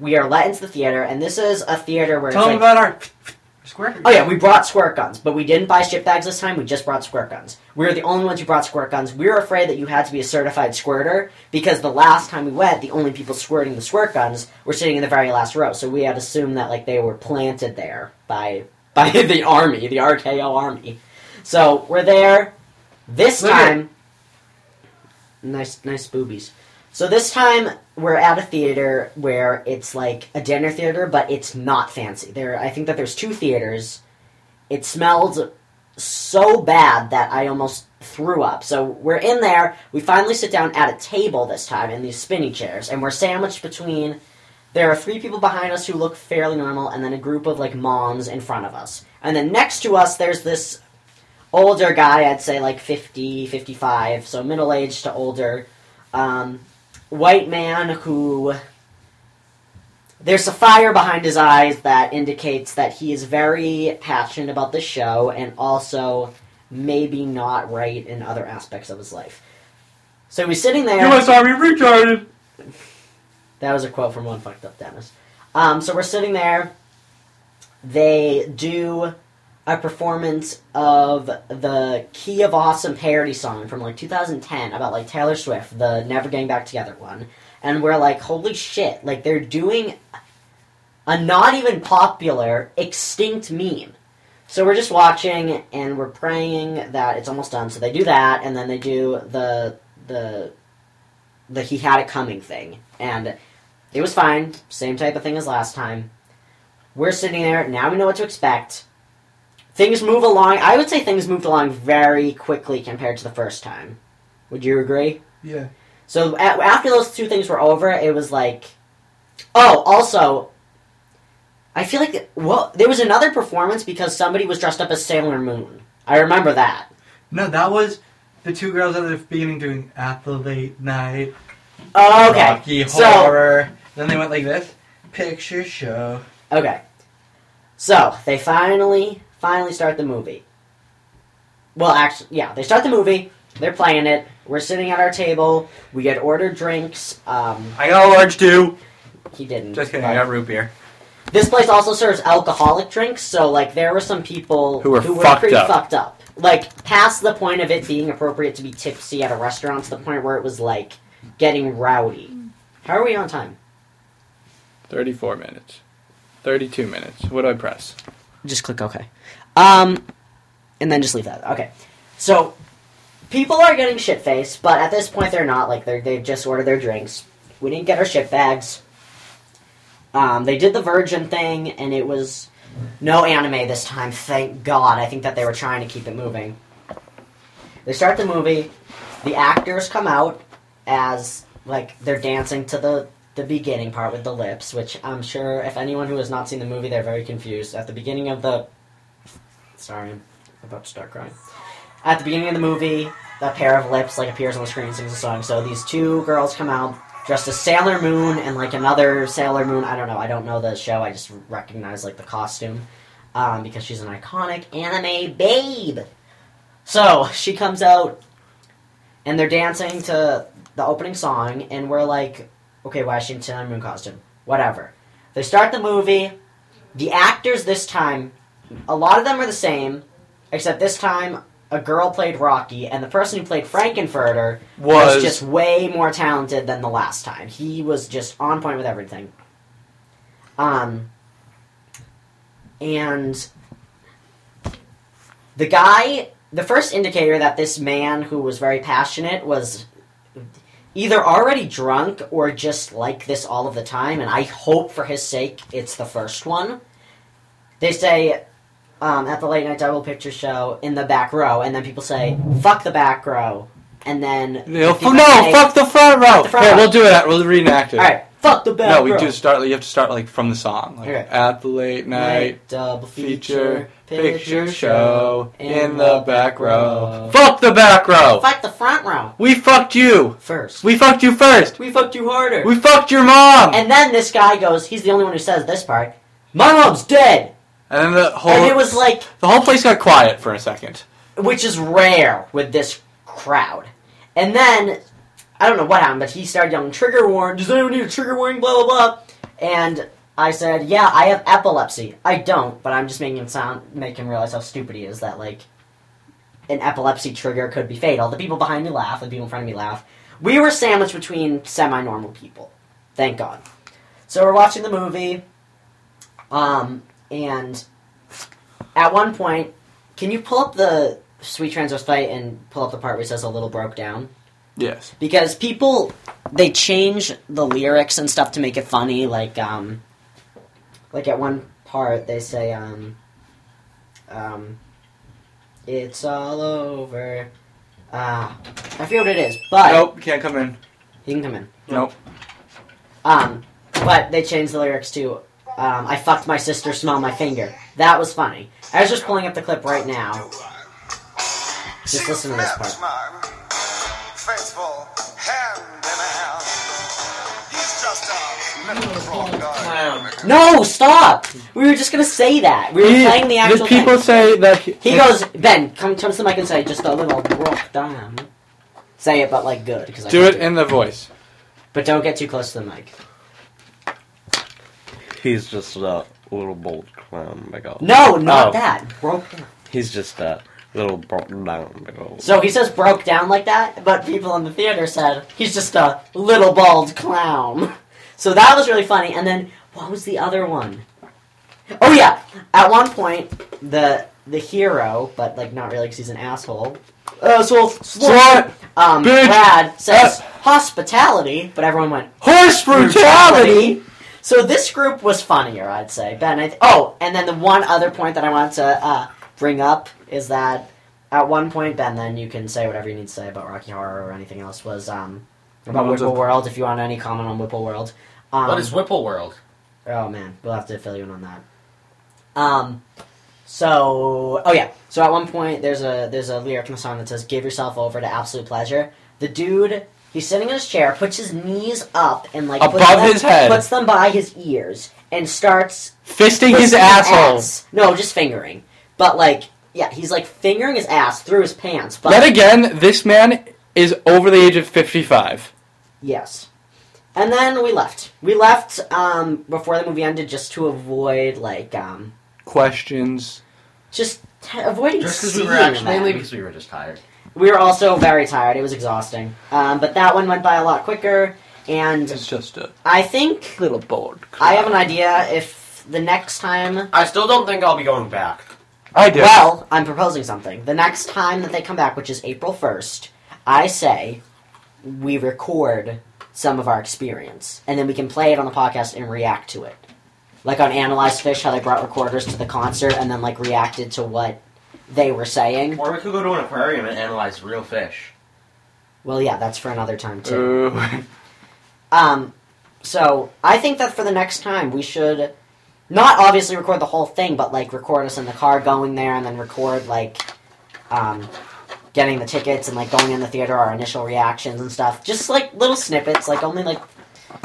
B: we are let into the theater, and this is a theater where
C: Tell
B: it's
C: them
B: like,
C: about our square.
B: Oh yeah, we brought squirt guns, but we didn't buy shit bags this time. We just brought squirt guns. We were the only ones who brought squirt guns. We were afraid that you had to be a certified squirter because the last time we went, the only people squirting the squirt guns were sitting in the very last row. So we had assumed that like they were planted there by by the army, the RKO army. So we're there. This
C: Look at-
B: time, Nice, nice boobies. So this time we're at a theater where it's like a dinner theater, but it's not fancy. There, I think that there's two theaters. It smelled so bad that I almost threw up. So we're in there. We finally sit down at a table this time in these spinny chairs, and we're sandwiched between. There are three people behind us who look fairly normal, and then a group of like moms in front of us. And then next to us, there's this older guy, I'd say like 50, 55, so middle aged to older, um, white man who. There's a fire behind his eyes that indicates that he is very passionate about this show and also maybe not right in other aspects of his life. So he's sitting there.
C: U.S. Army retarded.
B: That was a quote from one fucked up Dennis. Um, so we're sitting there. They do a performance of the Key of Awesome parody song from like 2010 about like Taylor Swift, the Never Getting Back Together one. And we're like, holy shit, like they're doing a not even popular extinct meme. So we're just watching and we're praying that it's almost done. So they do that and then they do the the the he had it coming thing. And it was fine, same type of thing as last time. We're sitting there, now we know what to expect. Things move along. I would say things moved along very quickly compared to the first time. Would you agree?
C: Yeah.
B: So a- after those two things were over, it was like, oh, also, I feel like well, there was another performance because somebody was dressed up as Sailor Moon. I remember that.
C: No, that was the two girls at the beginning doing at the late night.
B: Oh, okay.
C: Rocky
B: so-
C: horror. Then they went like this. Picture show.
B: Okay. So they finally, finally start the movie. Well, actually, yeah, they start the movie. They're playing it. We're sitting at our table. We had ordered drinks. Um,
C: I got a large do.
B: he didn't.
C: Just kidding.
B: but-
C: I got root beer.
B: This place also serves alcoholic drinks, so like there were some people
C: Who were fucked
B: pretty
C: up.
B: fucked up. Like past the point of it being appropriate to be tipsy at a restaurant to the point where it was like getting rowdy. How are we on time?
C: Thirty-four minutes. Thirty-two minutes. What do I press?
B: Just click OK. Um, and then just leave that. Okay. So people are getting shit faced, but at this point they're not. Like they're, they've just ordered their drinks. We didn't get our shit bags. Um, they did the virgin thing, and it was no anime this time. Thank God. I think that they were trying to keep it moving. They start the movie. The actors come out as like they're dancing to the the beginning part with the lips, which I'm sure if anyone who has not seen the movie, they're very confused. At the beginning of the, sorry, I'm about to start crying. At the beginning of the movie, a pair of lips like appears on the screen and sings a song. So these two girls come out dressed as Sailor Moon and like another Sailor Moon. I don't know. I don't know the show. I just recognize like the costume um, because she's an iconic anime babe. So she comes out and they're dancing to the opening song, and we're like, okay, why is she in Sailor Moon costume? Whatever. They start the movie. The actors this time, a lot of them are the same, except this time a girl played Rocky, and the person who played Frankenfurter was,
C: Was-
B: just way more talented than the last time. He was just on point with everything. Um, and the guy, the first indicator that this man who was very passionate was either already drunk or just like this all of the time, and I hope for his sake it's the first one. They say um, at the late night double picture show in the back row, and then people say, fuck the back row. And then.
C: No,
B: people
C: no,
B: say,
C: fuck the front row.
B: the front
C: Here,
B: row.
C: we'll do that. We'll reenact it.
B: Alright, fuck the back
C: No,
B: row.
C: we do start. You have to start like from the song. Like,
B: Okay.
C: At the late night
B: double
C: feature picture show in the back row. Fuck the back row.
B: Fuck the front row
C: We fucked you.
B: first.
C: We fucked you first.
B: We fucked you harder.
C: We fucked your mom.
B: and then this guy goes, he's the only one who says this part. My mom's dead.
C: And then the whole
B: And it was like,
C: the whole place got quiet for a second.
B: which is rare with this crowd. And then, I don't know what happened, but he started yelling, trigger warning, does anyone need a trigger warning, blah, blah, blah. And I said, yeah, I have epilepsy. I don't, but I'm just making him sound, make him realize how stupid he is that, like, an epilepsy trigger could be fatal. The people behind me laugh, the people in front of me laugh. We were sandwiched between semi normal people. Thank God. So we're watching the movie, um, and at one point, can you pull up the Sweet Transverse fight and pull up the part where he says a little broke down?
C: Yes.
B: because people they change the lyrics and stuff to make it funny like um like at one part they say um um it's all over ah i forget what it is but
C: Nope, can't come in.
B: you can come in
C: Nope.
B: um but they changed the lyrics to um, i fucked my sister smell my finger that was funny i was just pulling up the clip right now
E: Just listen to this part. Faithful, hand in hand. He's just a middle-of-the-road guy.
B: no stop we were just gonna say that we were playing the actual thing.
C: people say that he,
B: He goes, Ben, come turn to the mic and say just a little rock down. Say it, but like good, because
C: do it in the voice.
B: but don't get too close to the mic.
F: He's just a little bold clown, my god.
B: No, not
F: Oh.
B: that. Broke down.
F: He's just a little bold clown, my god.
B: So he says broke down like that, but people in the theater said he's just a little bald clown. So that was really funny. And then what was the other one? Oh yeah, at one point the the hero, but like not really because he's an asshole. Asshole, slut.
C: Slut,
B: Um,
C: bitch,
B: Brad says
F: Ah!
B: hospitality, but everyone went
C: horse brutality.
B: So this group was funnier, I'd say. Ben, I th- oh, and then the one other point that I wanted to uh, bring up is that at one point, Ben, then you can say whatever you need to say about Rocky Horror or anything else. Was um about
C: Lots of-
B: Whipple World. If you want any comment on Whipple World, um,
G: What is Whipple World?
B: Oh man, we'll have to fill you in on that. Um, so oh yeah, so at one point there's a there's a lyric in the song that says "Give yourself over to absolute pleasure." The dude, he's sitting in his chair, puts his knees up and like puts
C: Above
B: them-
C: his head.
B: puts them by his ears, and starts
C: Fisting his
B: twisting
C: asshole.
B: ass. No, just fingering, but like yeah, he's like fingering his ass through his pants. But
C: Yet again, this man is over the age of 55.
B: Yes. And then we left. We left um, before the movie ended just to avoid like um,
C: Questions.
B: just t- avoiding
G: Just because we
B: seeing
G: were actually
B: them.
G: mainly because we were just tired.
B: We were also very tired. It was exhausting. Um, but that one went by a lot quicker, and
C: It's just a
B: I think
C: little bold.
B: I have an idea if the next time.
G: I still don't think I'll be going back.
C: I do.
B: Well, I'm proposing something. The next time that they come back, which is April 1st, I say we record some of our experience, and then we can play it on the podcast and react to it. Like on Analyze Fish, how they brought recorders to the concert and then like reacted to what they were saying.
G: Or we could go to an aquarium and analyze real fish.
B: Well, yeah, that's for another time too.
C: Ooh.
B: Um, so I think that for the next time we should not obviously record the whole thing, but like record us in the car going there, and then record like um, getting the tickets and like going in the theater, our initial reactions and stuff. Just like little snippets, like only like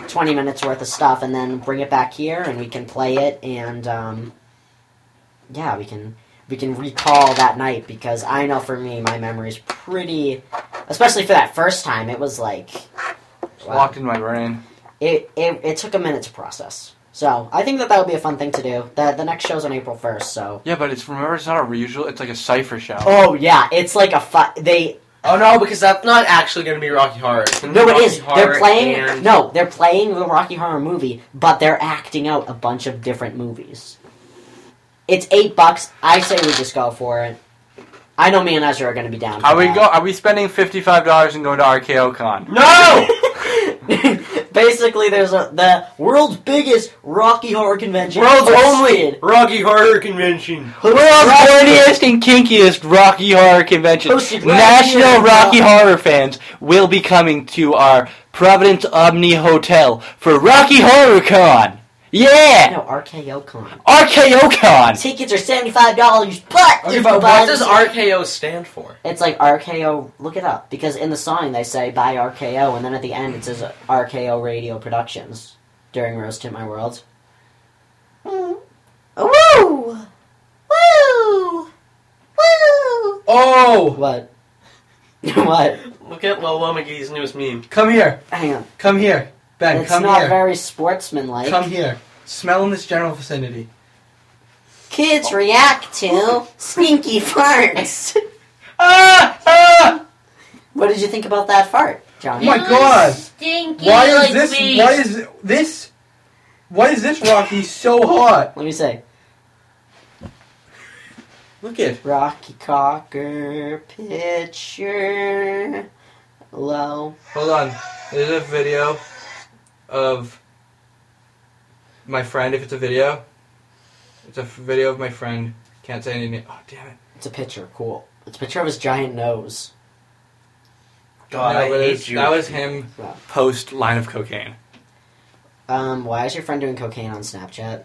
B: twenty minutes worth of stuff, and then bring it back here, and we can play it, and um, yeah, we can. We can recall that night because I know for me, my memory is pretty, especially for that first time. It was like
C: It's locked in my brain.
B: it, it it took a minute to process. So I think that that would be a fun thing to do. The the next show's on April first, so
C: Yeah, but it's remember, it's not a usual. It's like a cipher show.
B: oh yeah, it's like a fu- they
G: Oh no, because that's not actually going to be Rocky Horror. It's gonna
B: no
G: be
B: it
G: Rocky
B: is
G: Horror
B: they're playing
G: and-
B: no they're playing the Rocky Horror movie, but they're acting out a bunch of different movies. It's eight bucks. I say we just go for it. I know me and Ezra are going to be down. For
C: Are we
B: that.
C: go? Are we spending fifty five dollars and going to RKO Con?
G: No!
B: Basically, there's a the world's biggest Rocky Horror Convention.
G: World's only
B: hosted-
G: Rocky Horror Convention.
C: The world's dirtiest and kinkiest Rocky Horror Convention.
B: Hosted right here
C: National
B: in
C: Rocky
B: Providence.
C: Horror fans will be coming to our Providence Omni Hotel for Rocky Horror Con. Yeah,
B: No RKO Con.
C: RKO Con.
B: Tickets are seventy five dollars, but
G: Okay,
B: if
G: but
B: you buy
G: what does
B: them-
G: RKO stand for?
B: It's like RKO. Look it up because in the song they say "Buy RKO" and then at the end it says RKO Radio Productions during "Rose Tint My World." Mm. Woo! Woo! Woo!
C: Oh,
B: What? what?
G: Look at Lola McGee's newest meme.
C: come here,
B: Hang on.
C: come here, Ben.
B: it's not very sportsmanlike.
C: here. Smell in this general vicinity.
B: Kids react to stinky farts.
C: Ah! ah!
B: what did you think about that fart, Johnny?
C: Oh my
D: It was
C: God.
D: Stinky
C: Why
D: like
C: is this?
D: me.
C: Why is this? Why is this Rocky so hot?
B: Let me say,
C: Look at
B: Rocky Cocker picture Low.
A: Hold on. There's a video of my friend. If it's a video, it's a f- video of my friend. Can't say any name. Oh damn it!
B: It's a picture. Cool. It's a picture of his giant nose.
H: God,
A: No,
H: Oh, I
A: but
H: hate
A: it's-
H: you.
A: That was him
B: Wow.
A: post line of cocaine.
B: Um, why is your friend doing cocaine on Snapchat?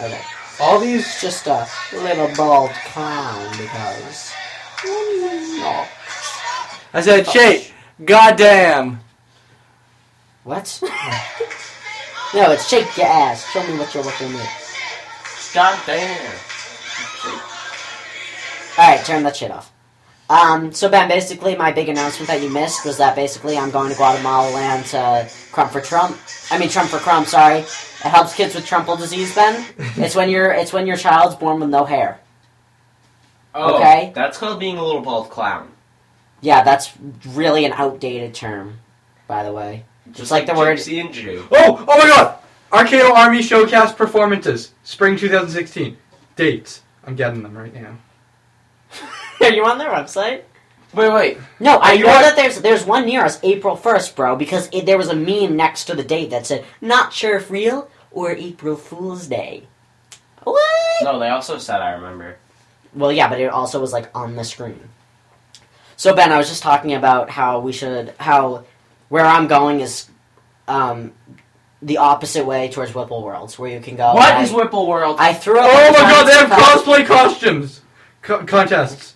B: Okay.
A: All these
B: He's just a little bald clown because. Oh,
A: I
C: Oh,
A: said, Shake, goddamn.
B: what? no, it's shake your ass. Show me what you're working with.
H: God damn.
B: All right, turn that shit off. Um, so Ben, basically, my big announcement that you missed was that basically I'm going to Guatemala land to Crump for Trump. I mean, Trump for Crump. Sorry. It helps kids with trumpal disease. Ben, it's when your it's when your child's born with no hair.
H: Oh,
B: Okay.
H: That's called being a little bald clown.
B: Yeah, that's really an outdated term, by the way.
H: Just,
B: like the word-
H: Gypsy and Jew.
A: Oh, oh my god! Arcado Army Showcast Performances, Spring 2016. Dates. I'm getting them right now.
B: Are you on their website?
H: Wait, wait.
B: No, I
H: you
B: know
H: are-
B: that there's there's one near us, April first, bro, because it, there was a meme next to the date that said "Not sure if real or April Fool's Day." What?
H: No, they also said I remember.
B: Well, yeah, but it also was like on the screen. So Ben, I was just talking about how we should how where I'm going is um, the opposite way towards Whipple Worlds, where you can go.
H: What
B: I,
H: is Whipple World?
B: I threw. up
A: Oh
B: the
A: my god, they have
B: contest.
A: cosplay costumes! Co- contests.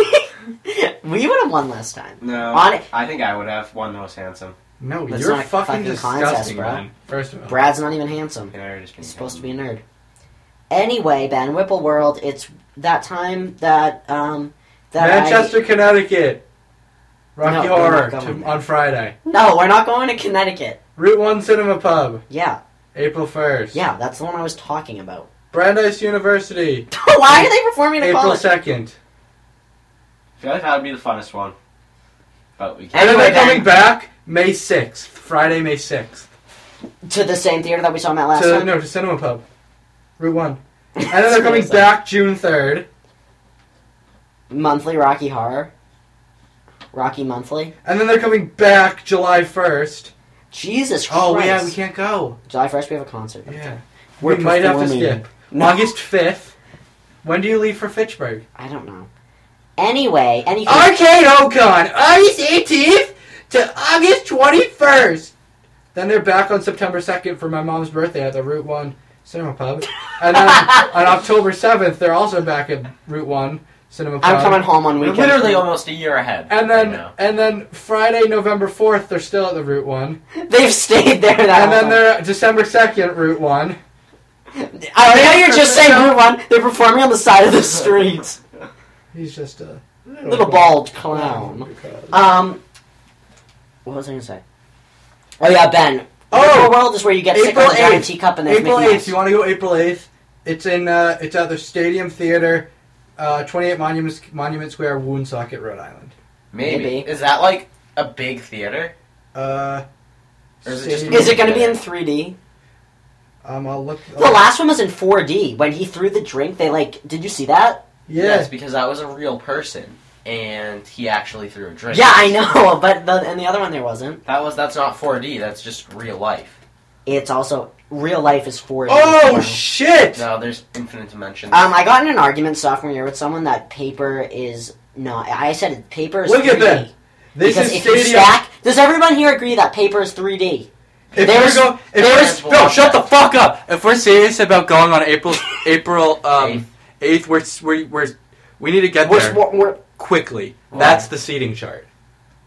B: we would have won last time.
H: no.
B: On it.
H: I think I would have one that was handsome.
A: No,
B: That's
A: you're
B: not a
A: fucking,
B: fucking
A: disgusting,
B: contest, bro.
A: man. First of all.
B: Brad's not even handsome.
H: And I would just been
B: He's supposed to be a nerd. Anyway, Ben, Whipple World, it's that time that um that I-
A: Manchester, Connecticut. Rocky
B: No, we're
A: Horror
B: not going
A: to-
B: there.
A: on Friday.
B: no, we're not going to Connecticut.
A: Route 1 Cinema Pub,
B: Yeah,
A: April 1st.
B: yeah, that's the one I was talking about.
A: Brandeis University,
B: Why are they performing at a
A: April
B: college?
A: 2nd.
H: I feel like that would be the funnest one. But we
A: And
H: can't.
A: then
B: Anyway,
A: they're coming
B: Ben.
A: back May 6th. Friday, May 6th.
B: To the same theater that we saw him at last
A: to,
B: time.
A: No, to Cinema Pub. Route 1. And then they're coming back June 3rd.
B: Monthly Rocky Horror. Rocky Monthly.
A: And then they're coming back July 1st.
B: Jesus Christ!
A: Oh, yeah, we can't go.
B: July first, we have a concert.
A: Yeah. we
B: We're
A: might have to
B: performing.
A: skip.
B: No.
A: August 5th. When do you leave for Fitchburg?
B: I don't know. Anyway, anything.
A: Arcade oh Ocon! August 18th to August 21st! Then they're back on September 2nd for my mom's birthday at the Route 1 Cinema Pub. And then on October 7th, they're also back at Route 1 Cinema Pub.
B: I'm coming home on
H: We're
B: weekend.
H: literally almost a year ahead.
A: And
H: right
A: then
H: now.
A: and then Friday, November fourth, they're still at the Route One.
B: they've stayed there. That
A: and
B: whole
A: then
B: time.
A: they're at December second, Route One.
B: I like how you're just saying
A: Yeah.
B: Route One. They're performing on the side of the street.
A: He's just a little,
B: Little bald clown. Um, what was I gonna say? Oh yeah, Ben.
A: Oh!
B: Virtual World is where you get sick
A: April
B: on a giant
A: 8th.
B: teacup and there's
A: April
B: Mickey
A: eighth. You want to go April eighth? It's in. Uh, it's at the Stadium Theater, uh, twenty eight Monument Monument Square, Woonsocket, Rhode Island.
H: maybe.
B: Maybe.
H: Is that like a big theater?
A: Uh,
H: Or is it just-
B: Mouse. Is it gonna be in 3D?
A: Um, I'll look.
B: The last one was in 4D when he threw the drink. They like, did you see that?
A: Yes.
H: because that was a real person, and he actually threw a drink.
B: Yeah, I know, but the, and the other one there wasn't.
H: That was that's not 4D. That's just real life.
B: It's also real life is 4D.
A: Oh
B: now.
A: shit!
H: No, there's infinite dimensions.
B: um, I got in an argument sophomore year with someone that paper is not. I said paper is.
A: Look at
B: 3D.
A: that. This
B: because
A: is
B: if you
A: stadium.
B: stack, does everyone here agree that paper is 3D?
A: If
B: There's-
A: we're go, if
B: there's-
A: we're, no, shut the fuck up. If we're serious about going on April April um eighth, we're, we're we're we need to get
B: We're,
A: there
B: we're, we're-
A: quickly.
H: Why?
A: That's the seating chart.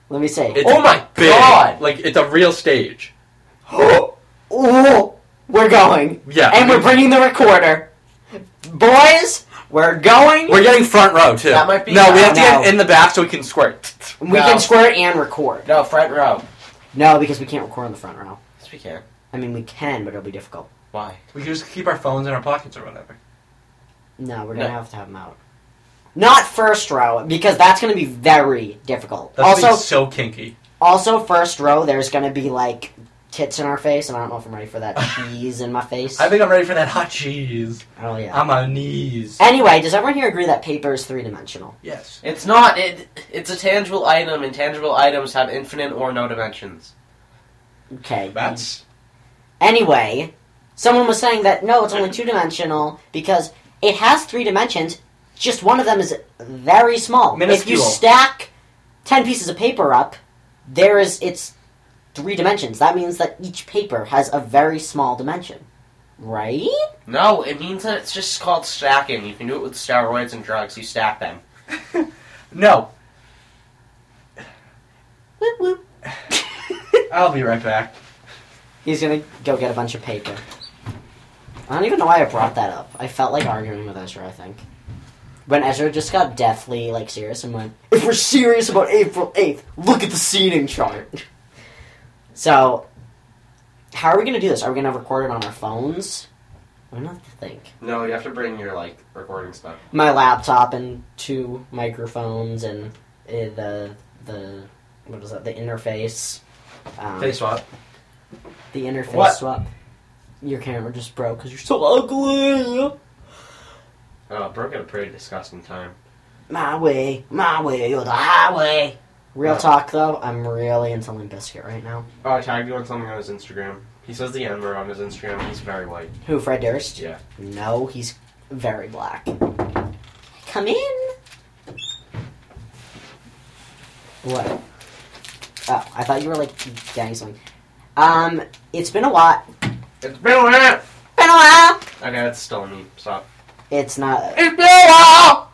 B: let me say.
A: It's
H: Oh my
A: big.
H: God.
A: Like it's a real stage.
B: Ooh, we're going,
A: Yeah,
B: and we're bringing the recorder, boys. We're going.
A: we're getting front row too.
H: That might be-
A: no, we have to
B: No.
A: get in the back so we can squirt.
B: we
H: No.
B: can squirt and record.
H: no front row.
B: No, because we can't record in the front row.
H: Yes, we can.
B: I mean, we can, but it'll be difficult.
H: Why?
A: We can just keep our phones in our pockets or whatever.
B: No, we're gonna
H: No.
B: have to have them out. Not first row because that's gonna be very difficult.
A: That's
B: also,
A: so kinky.
B: also first row, there's gonna be like tits in our face, and I don't know if I'm ready for that cheese in my face.
A: I think I'm ready for that hot cheese.
B: oh yeah.
A: I'm on knees.
B: anyway, does everyone here agree that paper is three dimensional?
A: Yes.
H: It's not. It. It's a tangible item, and tangible items have infinite or no dimensions.
B: Okay.
A: That's
B: Anyway, someone was saying that no, it's only two dimensional because it has three dimensions. Just one of them is very small. If
A: Minuscule.
B: you stack ten pieces of paper up, there is it's three dimensions. That means that each paper has a very small dimension, right?
H: No, it means that it's just called stacking. You can do it with steroids and drugs. You stack them.
A: no.
B: Whoop, whoop.
A: I'll be right back.
B: He's gonna go get a bunch of paper. I don't even know why I brought that up. I felt like arguing with Ezra, I think. When Ezra just got deathly like serious and went, If we're serious about April eighth, look at the seating chart. So how are we gonna do this? Are we gonna record it on our phones? I don't have to think.
H: No, you have to bring your like recording stuff.
B: My laptop and two microphones and uh, the the what is that? The interface. Um,
H: Face swap.
B: The interface
H: What?
B: swap. Your camera just broke because you're so ugly.
H: Oh, it broke at a pretty disgusting time.
B: My way, my way, or the highway. Real
H: Yeah.
B: talk though, I'm really into Limp Bizkit right now.
H: Oh, I tagged you on something on his Instagram. He says the N word on his Instagram. He's very white.
B: Who, Fred Durst?
H: Yeah.
B: No, he's very black. Come in. What? Oh, I thought you were like getting something. Um, it's been a while.
H: It's been a minute.
B: Been a while.
H: Okay, that's still me. Stop.
B: It's not.
H: It's been a
A: ah!
H: while.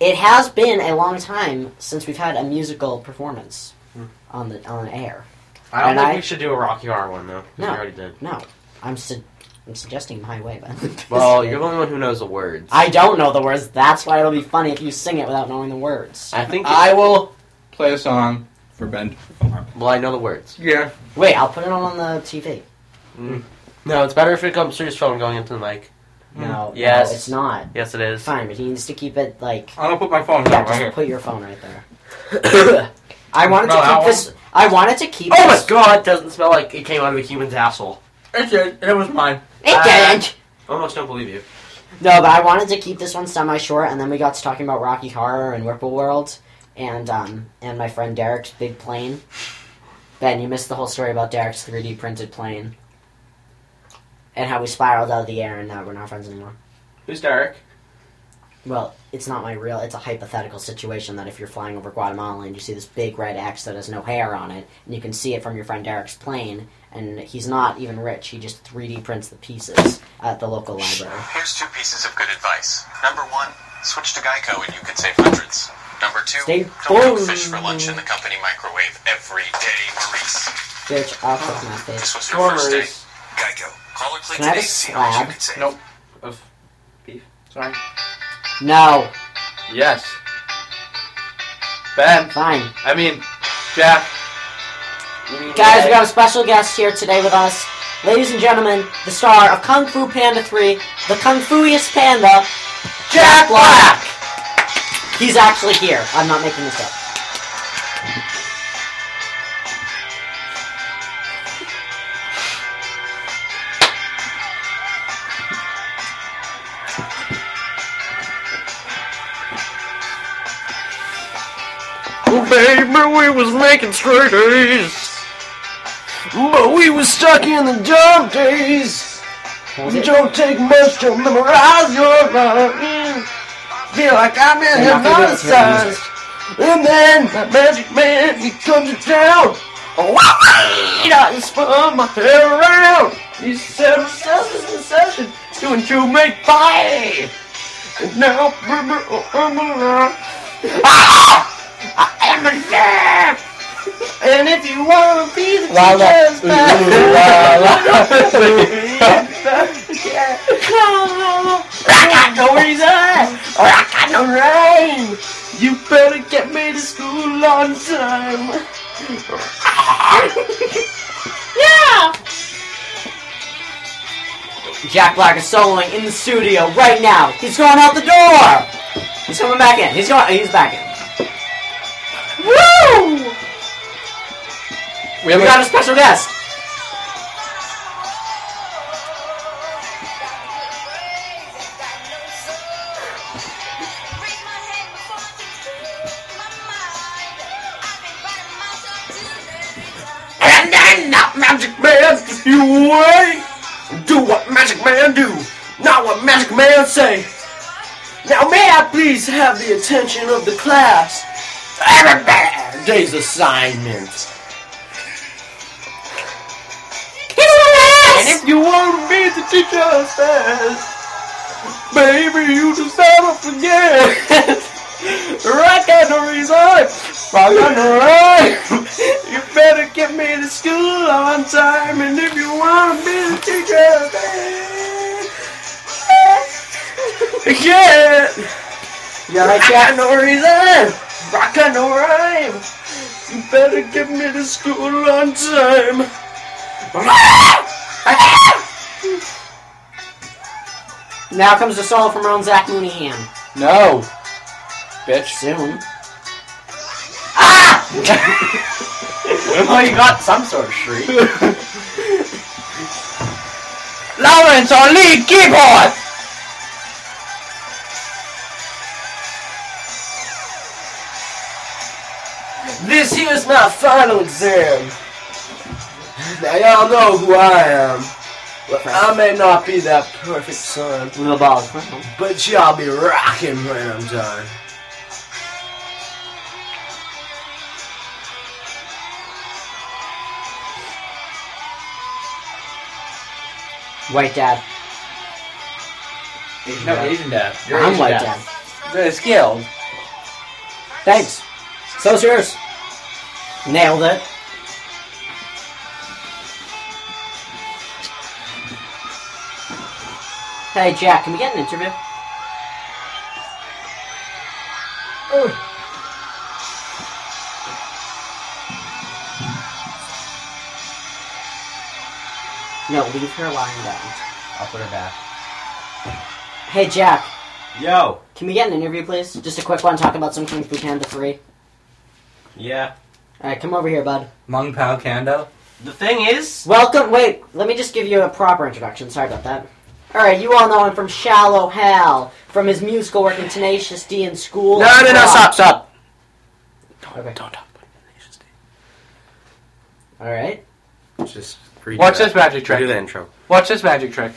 B: It has been a long time since we've had a musical performance
H: Hmm.
B: on the on air.
H: I don't
B: And
H: think
B: I-
H: we should do a Rocky Horror one though. 'cause
B: No.
H: we already did.
B: No, I'm su- I'm suggesting my way, but
H: Well, you're the only one who knows the words.
B: I don't know the words. That's why it'll be funny if you sing it without knowing the words.
H: I think.
A: I will play a song for Ben.
H: well, I know the words.
A: Yeah.
B: Wait, I'll put it on the TV.
H: No, it's better if it comes through his phone going into the mic.
B: No,
H: Hmm. Yes.
B: no, it's not.
H: Yes, it is.
B: Fine, but he needs to keep it like
A: I'm gonna put my phone
B: yeah.
A: down right
B: Just
A: here.
B: put your phone right there. I wanted
H: No,
B: to
H: I
B: keep this. I wanted to keep.
H: Oh my
B: this.
H: god, it doesn't smell like it came out of a human's asshole.
A: It did. It was mine.
B: It didn't.
H: Almost don't believe you.
B: No, but I wanted to keep this one semi short, and then we got to talking about Rocky Horror and Whipple World, and um, and my friend Derek's big plane. Ben, you missed the whole story about Derek's 3D printed plane, and how we spiraled out of the air, and now we're not friends anymore.
H: Who's Derek?
B: Well, it's not my real. It's a hypothetical situation that if you're flying over Guatemala and you see this big red X that has no hair on it, and you can see it from your friend Derek's plane, and he's not even rich. He just 3D prints the pieces at the local library.
E: Here's two pieces of good advice. Number one, switch to Geico and you could save hundreds. Number two,
B: Stay
E: don't
B: bold.
E: cook fish for lunch in the company microwave every day, Maurice.
B: Bitch, I'll cook my face.
E: This was your first day.
H: Dormers.
E: Geico. Call or click
B: Can I have a
E: today to see how much you
B: slab?
E: could save.
A: Nope.
H: Of
A: Sorry.
B: No,
A: Yes. Ben.
B: fine.
A: I mean, Jack.
B: Guys, we got a special guest here today with us. Ladies and gentlemen, the star of Kung Fu Panda 3, the Kung Fuiest Panda, Jack Black! He's actually here. I'm not making this up.
C: Oh, baby, we was making straight A's. But we was stuck in the dumb days.
B: Was it?
C: Don't take much to memorize your mind. Feel like I'm in
B: They're not gonna do it to your music.
C: hypnotized. And then my magic man, he comes to town. Oh, I he spun my head around. He's seven sessions in session, doing two make five. And now,
H: Ah!
C: I am a chef. And if you wanna be the
A: La, la.
C: chef's pet, I got no reason, or I got no rhyme. You better get me to school on time.
B: Jack Black is soloing in the studio right now. He's going out the door. He's coming back in. He's going. He's back in. Woo!
A: We have
B: We
A: a,
B: got a special guest.
H: you wait. Do what Magic Man do, not what Magic Man say. Now may I please have the attention of the class? Everybody's assignment. And if you want me to teach us best, baby, you just have to forget. Rock and the reason, rock and the rhyme. You better get me to school on time, and if you want to be the teacher, baby, yeah.
B: You're
H: I
B: like,
H: got no reason. I got no rhyme. You better get me to school on time.
B: Now comes the solo from our own Zach Mooneyham.
C: No. Bitch.
B: Soon.
I: Oh, you got some sort of shriek.
C: Lawrence on lead keyboard!
H: This here's my final exam. Now y'all know who I am. Well, I may not be that perfect son,
B: Little ball.
H: but y'all be rocking when I'm done.
B: White dad.
C: No, Asian dad.
B: I'm white dad.
C: The scale.
B: Thanks. So's yours. Nailed it. Hey Jack, can we get an interview? No, leave her lying down.
I: I'll put her back.
B: Hey Jack,
I: Yo.
B: can we get an interview, please? Just a quick one. Talk about some Kung Fu Panda Three.
I: Yeah.
B: All right, come over here, bud.
C: Mung Pao Kando.
I: The thing is,
B: Welcome. Wait, let me just give you a proper introduction. Sorry about that. All right, you all know him from Shallow Hal, from his musical work in Tenacious D in School.
C: No, no, no, stop, stop.
B: Okay.
C: Don't talk.
B: All right.
H: Just redo
C: Watch
H: that.
C: this magic trick.
H: Redo the intro.
C: Watch this magic trick.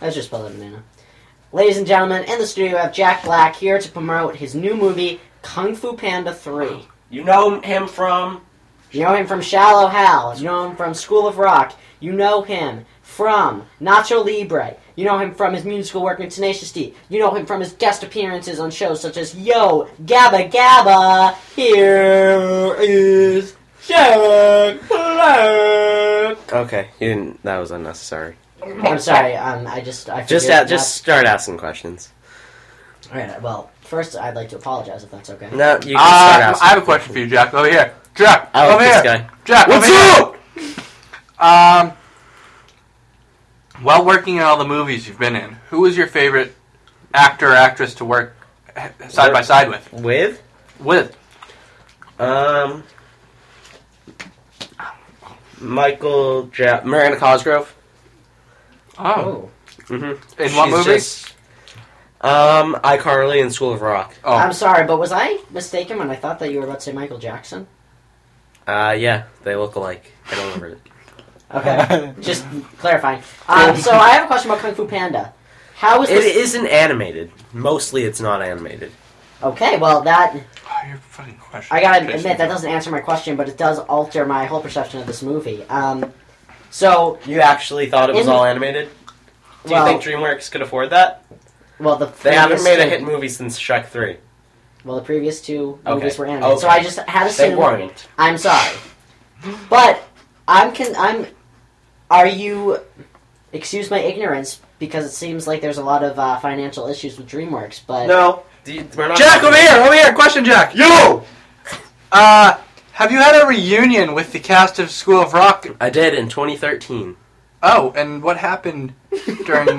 B: Let's just spell it banana. Ladies and gentlemen, in the studio we have Jack Black here to promote his new movie Kung Fu Panda Three.
I: you know him from.
B: You know him from Shallow Hal. You know him from School of Rock. You know him from Nacho Libre. You know him from his musical work in Tenacious D. You know him from his guest appearances on shows such as Yo, Gabba Gabba. Here is Jared Black.
H: Okay, you didn't. That was unnecessary.
B: I'm sorry. Um, I just I
H: Just,
B: figured
H: a- just start asking questions.
B: not- All right, well, first I'd like to apologize if that's okay.
H: No, you can start
C: Uh,
H: asking.
C: I have a question for you, Jack. Over here. Jack,
H: I like
C: over
H: this
C: here.
H: guy.
C: Jack,
H: What's
C: over here. Um, while working in all the movies you've been in, who was your favorite actor or actress to work eh, side by side with?
H: With
C: With
H: um, Michael ja- Miranda Cosgrove.
C: oh,
B: Oh,
H: Mm-hmm.
C: in what movie?
H: um, iCarly and School of Rock.
C: oh,
B: I'm sorry, but was I mistaken when I thought that you were about to say Michael Jackson?
H: Uh, yeah, they look alike. I don't remember.
B: Okay, just clarifying. Um, so I have a question about Kung Fu Panda. How is
H: it
B: this?
H: isn't animated. Mostly, it's not animated.
B: Okay, well that
C: Oh, your fucking question.
B: I gotta admit that doesn't answer my question, but it does alter my whole perception of this movie. Um, so
H: You actually thought it was
B: Isn't-
H: all animated? Do you
B: well,
H: think DreamWorks could afford that?
B: well the
H: They haven't
B: previous
H: made a
B: two-
H: hit movie since Shrek Three.
B: Well, the previous two
H: Okay.
B: movies were animated, so
H: Okay.
B: I just had a
H: They
B: scene.
H: weren't.
B: I'm sorry, but I'm con- I'm. Are you? Excuse my ignorance, because it seems like there's a lot of uh, financial issues with DreamWorks. But
H: No, Do you- we're not
C: Jack, over here, over here. Question, Jack.
H: Yo,
C: Uh, have you had a reunion with the cast of School of Rock?
H: I did in 2013.
C: Oh, and what happened during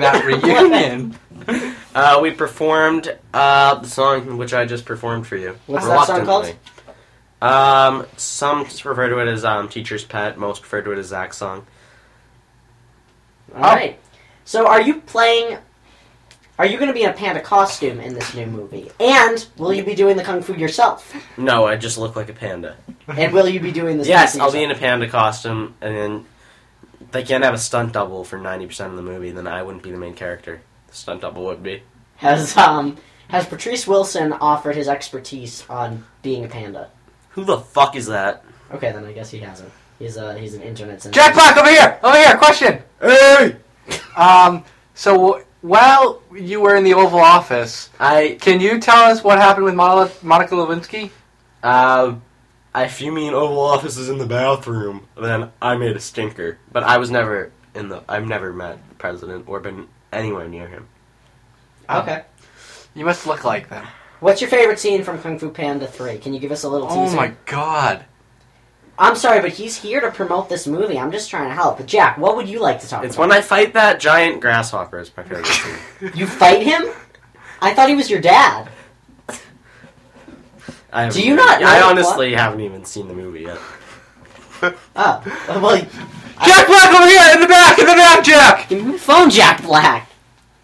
C: that reunion?
H: Uh, we performed uh, the song which I just performed for you.
B: What's that song
H: reluctantly. Um, some just refer to it as um, "Teacher's Pet." Most refer to it as Zach's song. Oh.
B: All right. So, are you playing Are you going to be in a panda costume in this new movie? And will you be doing the kung fu yourself?
H: No, I just look like a panda.
B: And will you be doing this?
H: Yes,
B: kung fu
H: I'll be in
B: yourself?
H: a panda costume, and then they can't have a stunt double for ninety percent of the movie. Then I wouldn't be the main character. The stunt double would be.
B: Has um has Patrice Wilson offered his expertise on being a panda?
H: Who the fuck is that?
B: Okay, then I guess he hasn't. He's uh he's an internet sensation.
C: Jack Black, over here, over here. Question.
H: Hey,
C: Um. So wh- while you were in the Oval Office,
H: I
C: can you tell us what happened with Mon- Monica Lewinsky?
H: uh, if you mean Oval Office is in the bathroom, then I made a stinker. But I was never in the. I've never met the president or been anywhere near him.
B: Okay.
C: You must look like them.
B: What's your favorite scene from Kung Fu Panda 3? Can you give us a little
C: Oh
B: teaser?
C: my god.
B: I'm sorry, but he's here to promote this movie. I'm just trying to help. But Jack, what would you like to talk
H: It's
B: about?
H: when I fight that giant grasshopper. Is my favorite scene.
B: You fight him? I thought he was your dad.
H: I haven't
B: Do you
H: even-
B: not
H: I
B: know
H: honestly haven't even seen the movie yet.
B: Oh. Well,
C: Jack Black, over here, in the back, in the back, Jack.
B: give me the Mm-hmm. phone, Jack Black.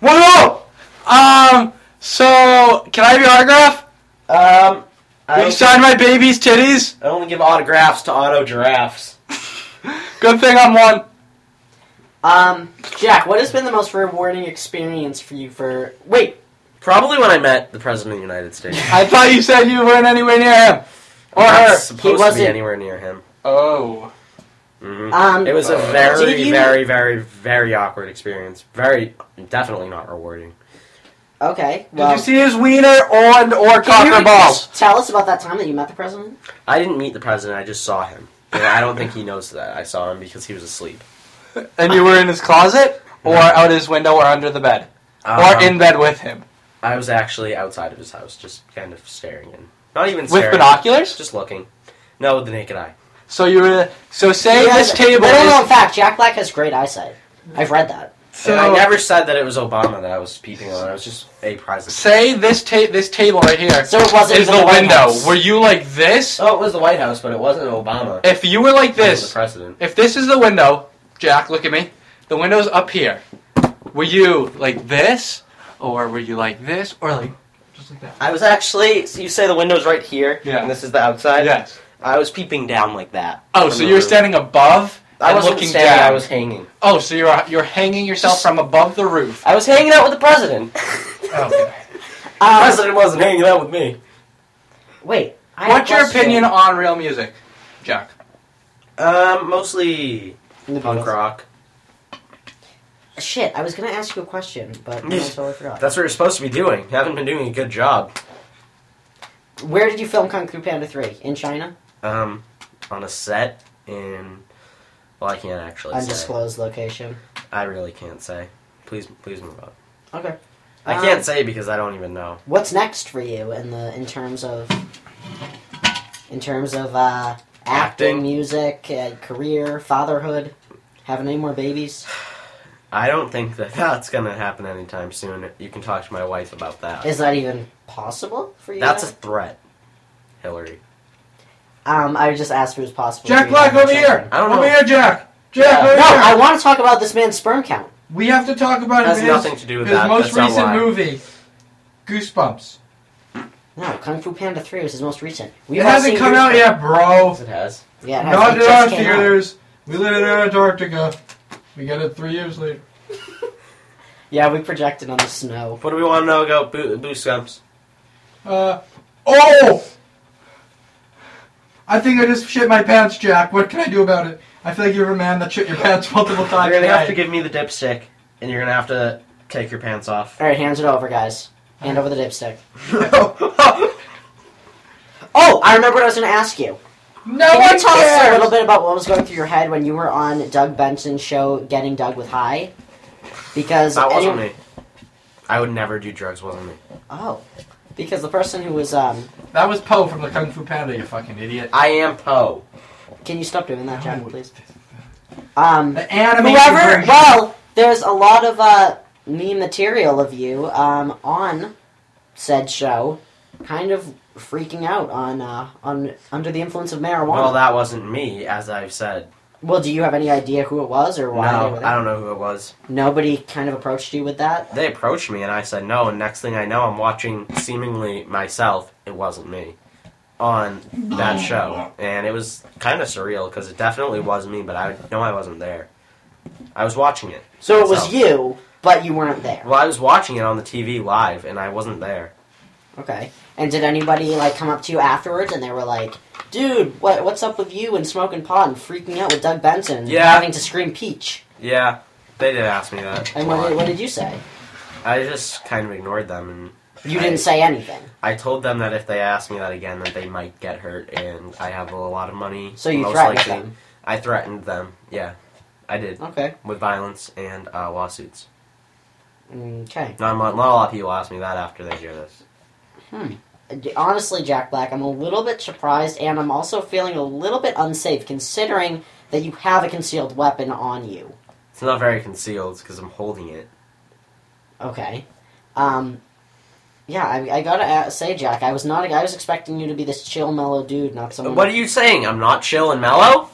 C: Whoa. Um. So can I have your autograph?
H: Um,
C: Will you sign my baby's titties?
H: I only give autographs to auto giraffes.
C: Good thing I'm one.
B: Um, Jack, what has been the most rewarding experience for you for... Wait,
H: Probably when I met the president of the United States.
C: I thought you said you weren't anywhere near him or
H: I'm
C: her.
H: not supposed to be
B: wasn't-
H: anywhere near him.
C: Oh.
H: Mhm.
B: um...
H: it was a
B: did
H: very,
B: you-
H: very, very, very awkward experience. Very, definitely not rewarding.
B: Okay,
C: Did
B: well...
C: you see his wiener on or
B: can you
C: cocker balls?
B: Tell us about that time that you met the president.
H: I didn't meet the president. I just saw him. And I don't think he knows that I saw him because he was asleep.
C: And you were in his closet, or out his window, or under the bed,
H: Um,
C: or in bed with him
H: I was actually outside of his house, just kind of staring in. Not even
C: with
H: staring.
C: binoculars.
H: Just looking. No, with the naked eye.
C: So you were. So say
B: Yeah,
C: this table
B: Little known
C: is.
B: fact, Jack Black has great eyesight. I've read that.
H: So I never said that it was Obama that I was peeping on. I was just a president.
C: Say this ta- this table right here
B: So it wasn't
C: is
B: even
C: the
B: White
C: window.
B: House.
C: Were you like this?
H: Oh, it was the White House, but it wasn't Obama.
C: If you were like
H: It was the
C: this,
H: president.
C: if this is the window, Jack, look at me. The window's up here. Were you like this, or were you like this, or like just like that?
H: I was actually. So you say the window's right here,
C: Yeah.
H: and this is the outside.
C: Yes.
H: I was peeping down like that.
C: Oh,
H: from
C: so
H: the
C: you were
H: roof.
C: standing above
H: I
C: and
H: wasn't
C: looking
H: standing.
C: down.
H: I was hanging.
C: Oh, so you're you're hanging yourself from above the roof.
H: I was hanging out with the president.
C: Okay.
H: The
B: Um,
H: president wasn't hanging out with me.
B: wait. I have a
C: What's your
B: question.
C: opinion on real music, Jack?
H: Um, mostly
B: In the
H: punk
B: Beatles.
H: rock.
B: Shit, I was gonna ask you a question, but I totally forgot.
H: That's what you're supposed to be doing. You haven't been doing a good job.
B: Where did you film Kung Fu Panda 3? In China?
H: Um, on a set in. Well, I can't actually say.
B: Undisclosed location.
H: I really can't say. Please, please move on.
B: Okay.
H: I
B: Um,
H: can't say because I don't even know.
B: What's next for you in the in terms of in terms of uh, acting,
H: Acting.
B: music, uh, career, fatherhood, having any more babies?
H: I don't think that that's gonna happen anytime soon. You can talk to my wife about that.
B: Is that even possible for you?
H: That's a threat, Hillary.
B: um, I just asked if it was possible. for
C: Jack
B: you to have
C: Black, over
B: children.
C: here.
H: I don't
C: Over
H: know.
C: here, Jack.
H: Yeah.
C: Jack, over
B: No,
C: here.
B: I want to talk about this man's sperm count.
C: we have to talk about
H: It has
C: his,
H: nothing to do with
C: his
H: that.
C: most
H: That's not
C: recent
H: why.
C: movie, Goosebumps.
B: No, Kung Fu Panda 3 was his most recent. We
C: It hasn't come out yet, bro.
H: Yes, it has.
B: Yeah, it has.
C: Not
B: It
C: in
B: just
C: our
B: came out.
C: theaters. We live in Antarctica. We get it three years later.
B: Yeah, we projected on the snow.
H: What do we want to know about Bo- Goosebumps?
C: Uh, oh! I think I just shit my pants, Jack. What can I do about it? I feel like you're a man that shit your pants multiple times.
H: You're gonna have to
C: tonight.
H: give me the dipstick, and you're gonna have to take your pants off.
B: Alright, hands it over, guys. Hand over the dipstick.
H: I
B: Oh, I remember what I was going to ask you.
C: No
B: Can
C: one
B: you tell us a
C: cares.
B: little bit about what was going through your head when you were on Doug Benson's show, Getting Doug with High? Because
H: That wasn't
B: anyone-
H: me. I would never do drugs, wasn't me.
B: Oh, because the person who was um,
C: That was Poe from the Kung Fu Panda. You fucking idiot.
H: I am Poe.
B: can you stop doing that, Jack, please? Um,
C: The animation
B: whoever.
C: version.
B: Well, there's a lot of uh, meme material of you um, on said show, kind of freaking out on uh, on under the influence of marijuana.
H: Well, that wasn't me, as I've said.
B: Well, do you have any idea who it was or why? they
H: No,
B: were there?
H: I don't know who it was.
B: Nobody kind of approached you with that.
H: They approached me and I said no, and next thing I know, I'm watching seemingly myself. It wasn't me on that show, and it was kind of surreal because it definitely was me, but I know I wasn't there. I was watching it.
B: So it was
H: So-
B: you, but you weren't there.
H: Well, I was watching it on the TV live, and I wasn't there.
B: Okay. And did anybody like come up to you afterwards and they were like, "Dude, what what's up with you and smoking pot and freaking out with Doug Benson, and
H: Yeah.
B: having to scream peach?"
H: Yeah, they did ask me that.
B: And what, what did you say?
H: I just kind of ignored them, and
B: You didn't say anything.
H: I told them that if they asked me that again, that they might get hurt, and I have a lot of money.
B: So you
H: most
B: threatened
H: likely.
B: them.
H: I threatened them. Yeah, I did.
B: Okay.
H: with violence and uh, lawsuits.
B: Okay.
H: Not, not a lot of people ask me that after they hear this.
B: honestly, Jack Black, I'm a little bit surprised, and I'm also feeling a little bit unsafe considering that you have a concealed weapon on you.
H: It's not very concealed because I'm holding it.
B: Okay. Um, yeah, I, I gotta a- say, Jack, I was not. I was expecting you to be this chill, mellow dude, not someone.
H: What are you saying? I'm not chill and mellow?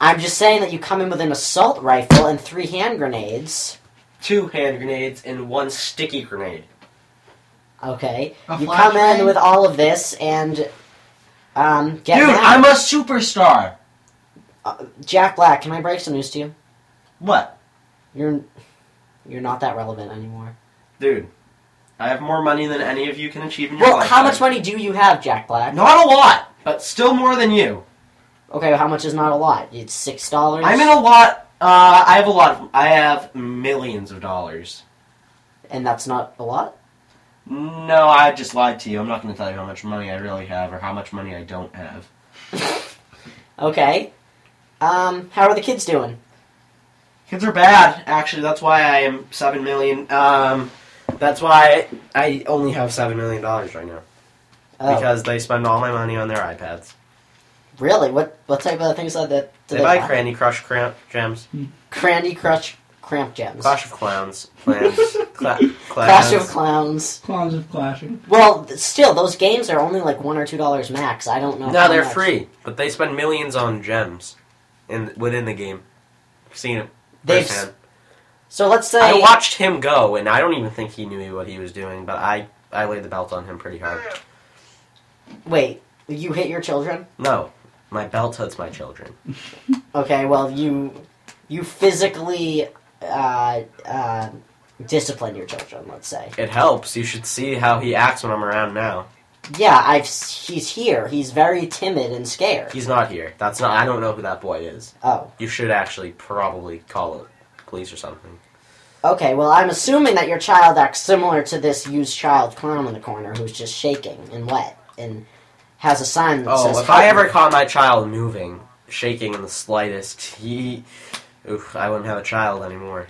B: I'm just saying that you come in with an assault rifle and three hand grenades.
H: Two hand grenades and one sticky grenade.
B: Okay,
F: A
B: you come in
F: flashbang?
B: with all of this and um, get
F: Dude,
B: mad.
F: I'm a superstar.
B: Uh, Jack Black. Can I break some news to you?
F: What?
B: You're you're not that relevant anymore.
H: Dude, I have more money than any of you can achieve in your
B: Well,
H: life.
B: how much money do you have, Jack Black?
H: Not a lot, but still more than you.
B: Okay, how much is not a lot? It's six dollars.
H: I'm in a lot. Uh, I have a lot. Of, I have millions of dollars.
B: and that's not a lot.
H: No, I just lied to you. I'm not going to tell you how much money I really have or how much money I don't have.
B: Okay. Um, how are the kids doing?
H: Kids are bad, actually. That's why I am seven million. Um, that's why I only have seven million dollars right now
B: Oh,
H: because they spend all my money on their iPads.
B: really? What what type of things are that? do
H: They buy
B: buy?
H: Candy Crush cramp, gems,
B: Cranny Crush Cramp Gems.
H: Clash of Clowns, Clans, cla-
B: Clash of
H: Clans.
B: Clowns.
F: Clowns of clashing.
B: Well, th- still, those games are only like one or two dollars max. I don't know.
H: No,
B: how
H: they're
B: much.
H: free, but they spend millions on gems in within the game. I've Seen it.
B: They've
H: firsthand.
B: So let's say
H: I watched him go, and I don't even think he knew what he was doing, but I I laid the belt on him pretty hard.
B: Wait, you hit your children?
H: No, my belt hurts my children.
B: Okay, well you you physically uh, uh, discipline your children. Let's say.
H: It helps. You should see how he acts when I'm around now.
B: Yeah, I've s- he's here. He's very timid and scared.
H: He's not here. That's not. I don't know who that boy is.
B: Oh,
H: You should actually probably call it police or something.
B: okay. Well, I'm assuming that your child acts similar to this used child clown in the corner who's just shaking and wet and has a sign that
H: Oh,
B: says.
H: if I
B: "Help."
H: ever caught my child moving, shaking in the slightest, he, oof, I wouldn't have a child anymore.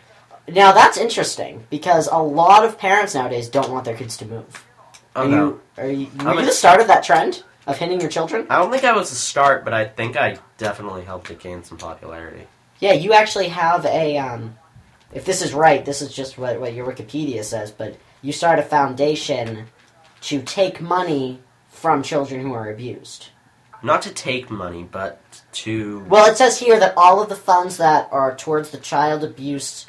B: Now that's interesting because a lot of parents nowadays don't want their kids to move.
H: Oh
B: are
H: no.
B: you are you, were
H: I'm
B: you
H: a-
B: the start of that trend of hitting your children?
H: I don't think I was a start, but I think I definitely helped it gain some popularity.
B: Yeah, you actually have a. Um, if this is right, this is just what, what your Wikipedia says, but you start a foundation to take money from children who are abused.
H: Not to take money, but to
B: Well, it says here that all of the funds that are towards the Child Abuse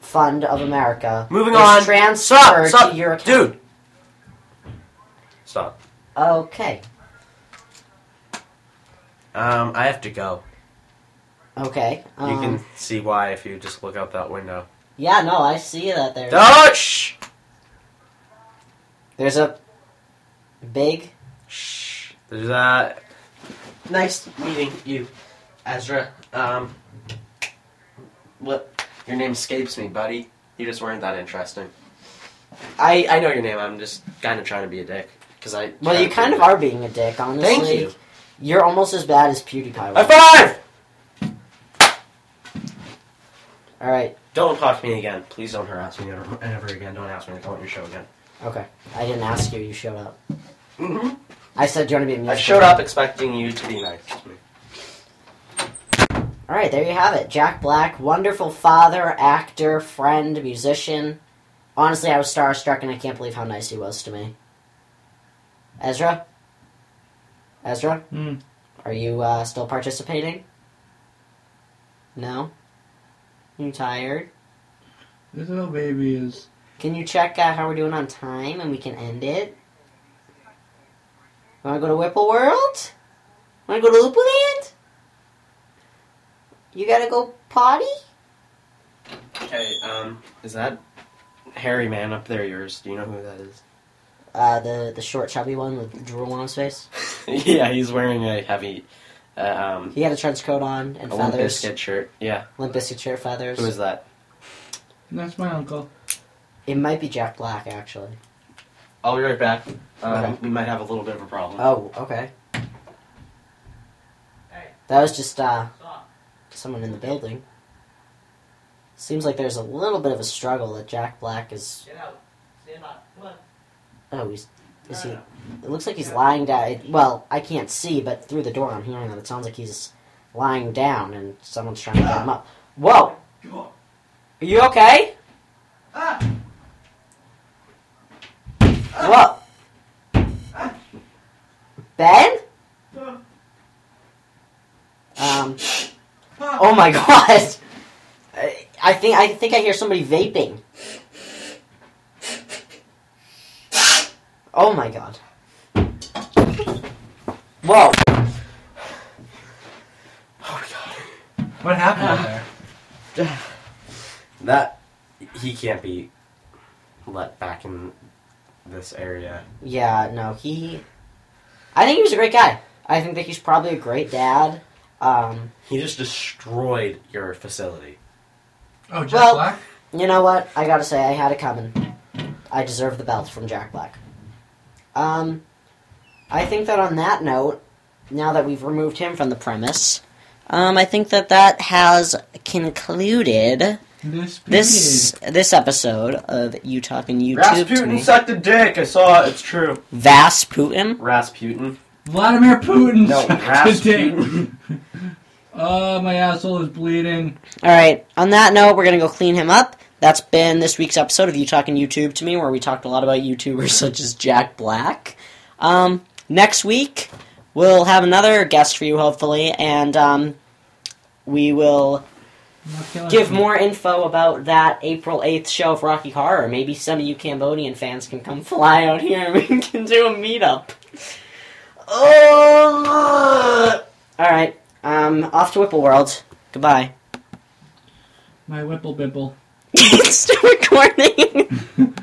B: Fund of America
H: moving
B: is
H: on.
B: transferred
H: Stop, stop,
B: to your account.
H: dude. Stop.
B: Okay.
H: Um, I have to go.
B: Okay. Um,
H: You can see why if you just look out that window.
B: Yeah, no, I see that there's
H: Oh, shh!
B: there's a big
H: Shh. There's that. Nice meeting you, Ezra. Um, what? Your name escapes me, buddy. You just weren't that interesting. I I know your name. I'm just kind of trying to be a dick because I.
B: Well, you kind of are being a dick, honestly.
H: Thank you.
B: You're almost as bad as PewDiePie.
H: High
B: was.
H: five!
B: All right.
H: Don't talk to me again. Please don't harass me ever, ever again. Don't ask me to come on your show again.
B: Okay. I didn't ask you. You showed up.
H: Mhm.
B: I said, "Do you want to be a
H: I
B: music?"
H: showed up expecting you to be nice to me.
B: All right, there you have it. Jack Black, wonderful father, actor, friend, musician. Honestly, I was starstruck, and I can't believe how nice he was to me. Ezra, Ezra,
F: Mm.
B: are you uh, still participating? No? You tired?
F: This little baby is.
B: Can you check uh, how we're doing on time and we can end it? Wanna go to Whipple World? Wanna go to Loople Land? You gotta go potty?
H: Okay, um, is that hairy man up there yours? Do you know who that is?
B: Uh, the, the short chubby one with drool on his face.
H: yeah, he's wearing a heavy, uh, um,
B: He had a trench coat on and
H: a Limp
B: feathers.
H: Bizkit shirt. Yeah,
B: Limp Bizkit shirt feathers.
H: who is that?
F: That's my uncle.
B: It might be Jack Black, actually.
H: I'll be right back. Um,
B: Okay.
H: We might have a little bit of a problem.
B: Oh, okay. That was just uh, someone in the building. Seems like there's a little bit of a struggle that Jack Black is. Oh, he's. Is he? It looks like he's lying down. It, well, I can't see, but through the door I'm hearing that it sounds like he's lying down and someone's trying to get him up. Whoa! Are you okay? Whoa! Ben? Um. Oh my god! I- I think I think I hear somebody vaping. Oh my god! Whoa!
C: What happened up there?
H: That he can't be let back in this area.
B: Yeah, no, he. I think he was a great guy. I think that he's probably a great dad. Um,
H: He just destroyed your facility.
C: Oh, Jack
B: Well-
C: Black?
B: You know what? I gotta say, I had it coming. I deserve the belt from Jack Black. Um, I think that on that note, now that we've removed him from the premise, um, I think that that has concluded
F: This
B: this this episode of You Talking YouTube to
H: Rasputin
B: Me.
H: sucked a dick. I saw it. It's true.
B: Vasputin.
H: Rasputin.
F: Vladimir Putin.
H: No, Rasputin.
F: Oh, my asshole is bleeding.
B: All right. On that note, we're gonna go clean him up. That's been this week's episode of You Talking YouTube to Me, where we talked a lot about YouTubers such as Jack Black. Um, next week we'll have another guest for you, hopefully, and um, we will give more info about that April eighth show of Rocky Horror. Maybe some of you Cambodian fans can come fly out here and we can do a meetup. Oh, all right. Um, off to Whipple World. Goodbye.
F: My whipple bimple.
B: It's still recording.